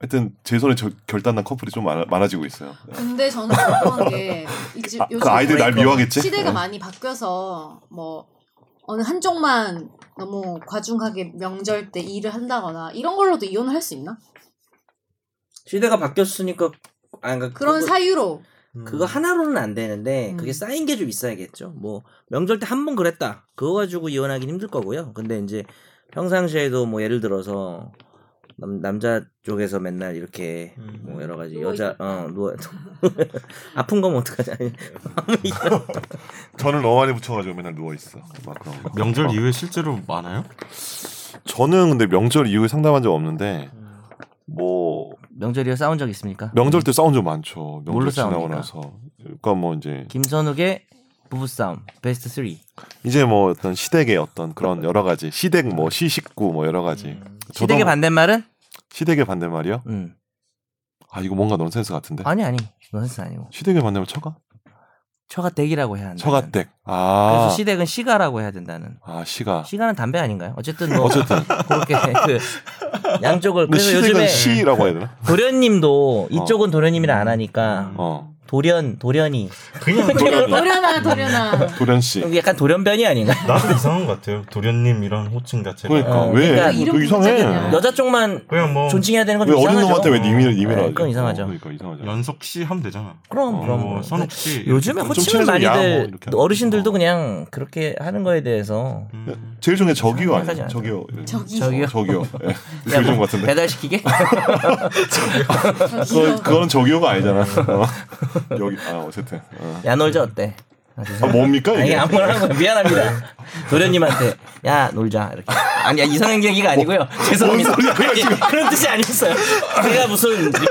하여튼 제 손에 저- 결단난 커플이 좀 많아, 많아지고 있어요.
근데 저는 궁금한 게 이제
아,
요즘
그 아이들 날
그러니까
미워하겠지?
시대가
네.
많이 바뀌어서 뭐 어느 한쪽만 너무 과중하게 명절 때 일을 한다거나 이런 걸로도 이혼을 할 수 있나?
시대가 바뀌었으니까 아, 그러니까
어,
그런
그거-
사유로
음. 그거 하나로는 안 되는데
음.
그게 쌓인 게 좀 있어야겠죠. 뭐 명절 때 한 번 그랬다. 그거 가지고 이혼하기 힘들 거고요. 근데 이제 평상시에도 뭐 예를 들어서 남, 남자 쪽에서 맨날 이렇게
음.
뭐 여러 가지
누워
여자 어 누워 아픈 거면 어떡하지? 아니, 아무 일-
저는 너무 많이 붙여가지고 맨날 누워 있어. 막 그런 거.
명절
어.
이후에 실제로 많아요?
저는 근데 명절 이후에 상담한 적 없는데 뭐
명절이요 싸운 적 있습니까?
명절 때 싸운 적 많죠.
뭘로
명절 지나고
싸웁니까?
나서 그러니까 뭐 이제
김선욱의 부부 싸움 베스트 3
이제 뭐 어떤 시댁의 어떤 그런 여러 가지 시댁 뭐
네.
시식구 뭐 여러 가지
음.
음.
시댁의 반대말은
시댁의 반대말이요?
음
아 이거 뭔가 넌센스 같은데
아니 아니 넌센스 아니고
시댁의 반대말 처가?
처가댁이라고 해야 한다.
처가댁
네. 그래서
아,
시댁은 시가라고 해야 된다는.
아 시가
시간은 담배 아닌가요? 어쨌든 뭐
어쨌든
그렇게 그 양쪽을
근데
그래서
시댁은
요즘에
시라고 어. 해야 되나?
도련님도 이쪽은 도련님이라 안 하니까
어
도련 도련이
그냥 뭐
도련아 도련아
도련 씨
약간 도련변이 아닌가?
나도 이상한 것 같아요. 도련님 이런 호칭 자체가
그러니까
어,
왜
그러니까
이거
이름 부르잖아요.
이상해
여자 쪽만
그냥 뭐
존칭해야 되는 건
왜
좀
네. 어린
이상하죠.
놈한테 왜 님이라 님이라
네,
하죠?
그건 이상하죠.
어, 그러니까 이상하죠.
연석 씨 하면 되잖아.
그럼
어,
그럼.
뭐 선욱 씨
요즘에
좀
호칭을
친해지면 야, 뭐
많이들
이렇게 하는
어르신들도
거.
그냥 그렇게 하는 거에 대해서
음.
제일 중에 저기요 아니에요?
생각하지
저기요
저기
저기요?
저기요 예.
야,
요즘
뭐
같은데
배달시키게
저기요.
그건 그건 저기요가 아니잖아
네.
어. 여기 아 어쨌든 어.
야 놀자 어때? 아,
아
죄송합니다.
뭡니까
아니
이게
아무거나 하는 거예요. 미안합니다. 도련님한테 야 놀자 이렇게. 아니 야, 이상한 얘기가 아니고요. 죄송합니다.
뭐, 뭔 소리야,
아니,
지금.
그런 뜻이 아니었어요. 제가 무슨
명절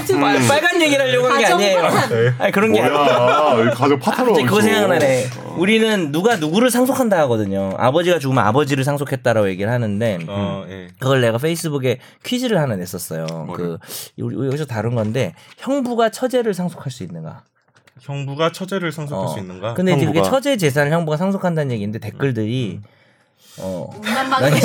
음.
특
빨- 빨간 얘기를 하려고 한 게
가정
아니에요.
파탄.
네.
아니 그런 게 아니고.
뭐야 왜 가족 파타로
갑자기 그거
얹어.
생각나네. 우리는 누가 누구를 상속한다 하거든요. 아버지가 죽으면 아버지를 상속했다라고 얘기를 하는데
어, 예.
그걸 내가 페이스북에 퀴즈를 하나 냈었어요. 그 우리 우리 여기서 다룬 건데 형부가 처제를 상속할 수 있는가?
형부가 처제를 상속할
어.
수 있는가? 음,
근데 이제 그게
형부가.
처제 재산을 형부가 상속한다는 얘기인데 댓글들이 어.
음란방에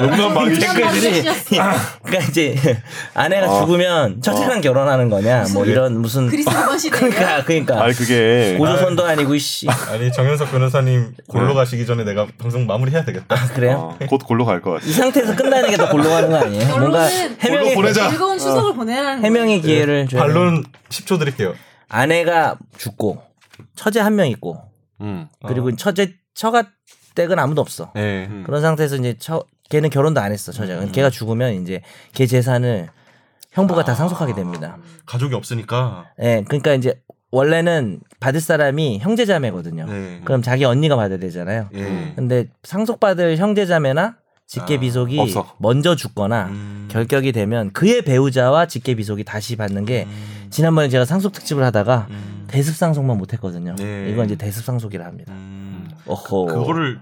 음란방이
댓글들이 그러니까 이제 아내가
어.
죽으면 첫째랑 결혼하는 거냐 뭐 이런 무슨
그리스도건 시대예요.
그러니까 그러니까
아니 그게
고조선도 아니고 이씨
아니 정현석 변호사님
네.
골로 가시기 전에 내가 방송 마무리해야 되겠다.
아, 그래요?
어, 곧 골로 갈 것
이
같아.
상태에서 끝나는 게 더 골로 가는 거 아니에요? 뭔가
결론은
골로
해명의
보내자.
즐거운 추석을 보내라는
해명의 기회를 줘야 돼요.
반론 10초 드릴게요.
아내가 죽고 처제 한 명 있고
음.
그리고
어.
처제 처가 댁은 아무도 없어.
예.
음.
그런 상태에서 이제 처 걔는 결혼도 안 했어 처제.
음.
걔가 죽으면 이제 걔 재산을 형부가
아.
다 상속하게 됩니다.
가족이 없으니까.
예, 그러니까 이제 원래는 받을 사람이 형제자매거든요. 음,
네.
그럼 자기 언니가 받아야 되잖아요.
예.
근데 상속받을 형제자매나 직계비속이
아, 없어.
먼저 죽거나
음.
결격이 되면 그의 배우자와 직계비속이 다시 받는 게 지난번에 제가 상속 특집을 하다가
음.
대습상속만 못했거든요.
네.
이건 이제 대습상속이라 합니다.
음.
어허.
그거를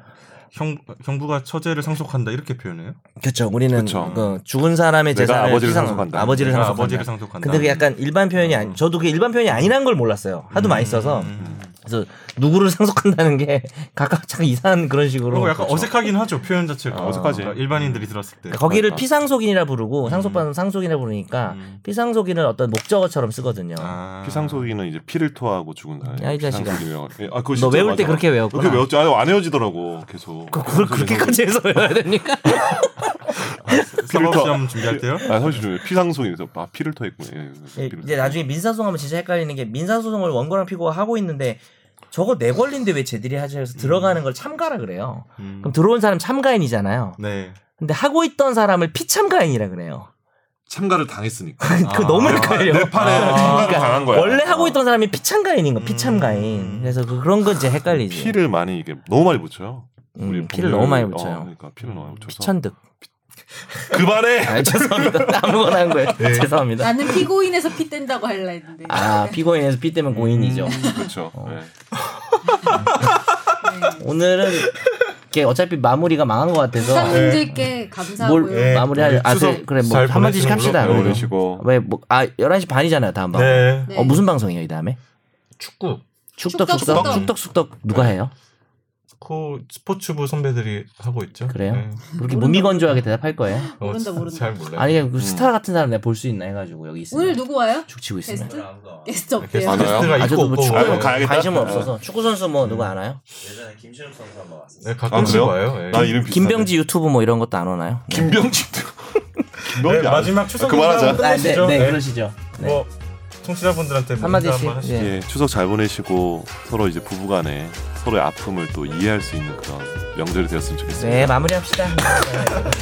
형 형부가 처제를 상속한다 이렇게 표현해요?
그쵸. 우리는
그쵸.
그 죽은 사람의
내가
재산을
아버지를
피상-
상속한다.
아버지를
내가
상속한다.
네, 아버지를 상속한다. 음.
근데 그게 약간 일반 표현이 아니. 저도 그게 일반 표현이 아니란 걸 몰랐어요. 하도 많이 써서.
음.
그래서 누구를 상속한다는 게 가끔 참 이상한 그런 식으로.
그리고 약간 어색하긴 하죠 표현 자체가
아, 어색하지.
그러니까 일반인들이 들었을 때.
거기를 피상속인이라 부르고 상속받은 상속인이라 부르니까
음.
피상속인을 어떤 목적어처럼 쓰거든요.
아.
피상속인은 이제 피를 토하고 죽은 사람.
야, 이 자식아.
아, 그거
너
진짜
외울 때
맞아.
그렇게 외웠구나.
그렇게 외웠지. 아니, 안 외워지더라고. 계속.
그- 그걸 그렇게까지 해서 외워야 됩니까?
수업
피를
그 시험 준비할 때요?
아, 사실 좀 피상속인에서 아, 피를 토했구나. 예, 예, 피를
이제 나중에 민사소송하면 진짜 헷갈리는 게 민사소송을 원고랑 피고가 하고 있는데 저거 내 권리인데 왜 쟤들이 하지? 그래서 들어가는 걸 참가라 그래요.
음.
그럼 들어온 사람 참가인이잖아요.
네.
근데 하고 있던 사람을 피참가인이라 그래요.
참가를 당했으니까.
아.
그 너무 헷갈려.
네,
내
판에 참가를 당한 거야.
아, 그러니까 원래 하고 있던 사람이 피참가인인
음.
거, 피참가인. 그래서 그- 그런 건 이제 헷갈리지.
아, 피를 많이 이게 너무 많이 묻혀요.
음,
우리 법률-
피를 너무 많이
어,
묻혀요.
그러니까 피를 너무 많이 묻혀서.
피천득.
그만해.
아, 죄송합니다. 아무거나 한 거예요.
네.
죄송합니다.
나는 피고인에서 피 뗀다고 할라 했는데.
아 피고인에서 피 때면 고인이죠.
음.
그렇죠.
어.
예.
네.
오늘은 이게 어차피 마무리가 망한 것 같아서
부산님들께
뭘
감사하고요.
예.
마무리할 아
추석
그래, 그래 뭐
잘
한마디씩
보내시는
합시다.
걸로.
잘
네.
보내시고.
왜뭐아 11시 반이잖아요, 다음 방.
네.
네.
어 무슨 방송이에요, 이 다음에?
축구.
축덕
축덕,
축덕
축덕.
축덕 축덕 누가 해요?
그 스포츠부 선배들이 하고 있죠. 네.
그래요? 그렇게 무미건조하게 대답할 거예요?
어,
모른다,
잘-
모른다.
잘 몰라요.
아니 그 스타 같은 사람 내가 볼 수 있나 해가지고 여기 있으면
오늘 누구 와요?
죽치고 있으면
게스트? 게스트
네, 게스트-
없대요.
맞아요.
게스트가
아
있고
저도 뭐
없고.
축구에
아유,
뭐
가야겠다.
관심
네.
없어서 축구 선수 뭐 누구 아나요?
네, 가끔씩
아, 그래요?
와요. 예.
나 이름 비슷
김병지 유튜브 뭐 이런 것도 안 오나요? 네.
김병지. 김병지.
네,
아니-
마지막 추석
그만하자.
인사
아, 네,
끝내시죠.
네,
네.
그러시죠. 네.
뭐 청취자분들한테 뭐 인사
한마디씩.
한번 하시죠.
예.
예, 추석 잘 보내시고 서로 이제 부부간에 서로의 아픔을 또 이해할 수 있는 그런 명절이 되었으면 좋겠습니다.
네, 마무리합시다.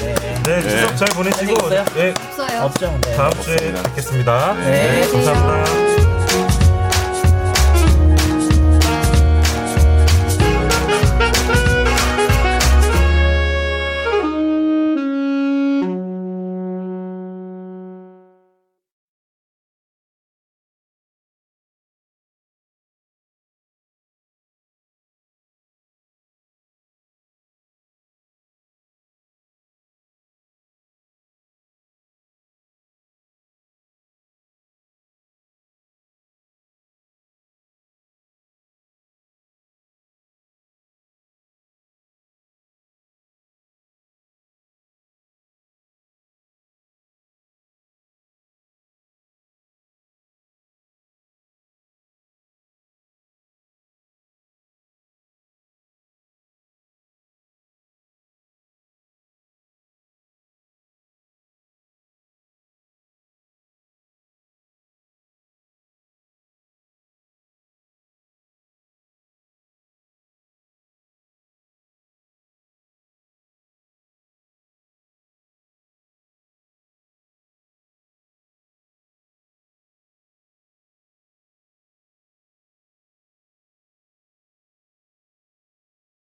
네,
네,
네.
추석 잘 보내시고
있어요?
네,
없어요.
없죠. 네.
다음 주에
없습니다.
뵙겠습니다.
네.
감사합니다.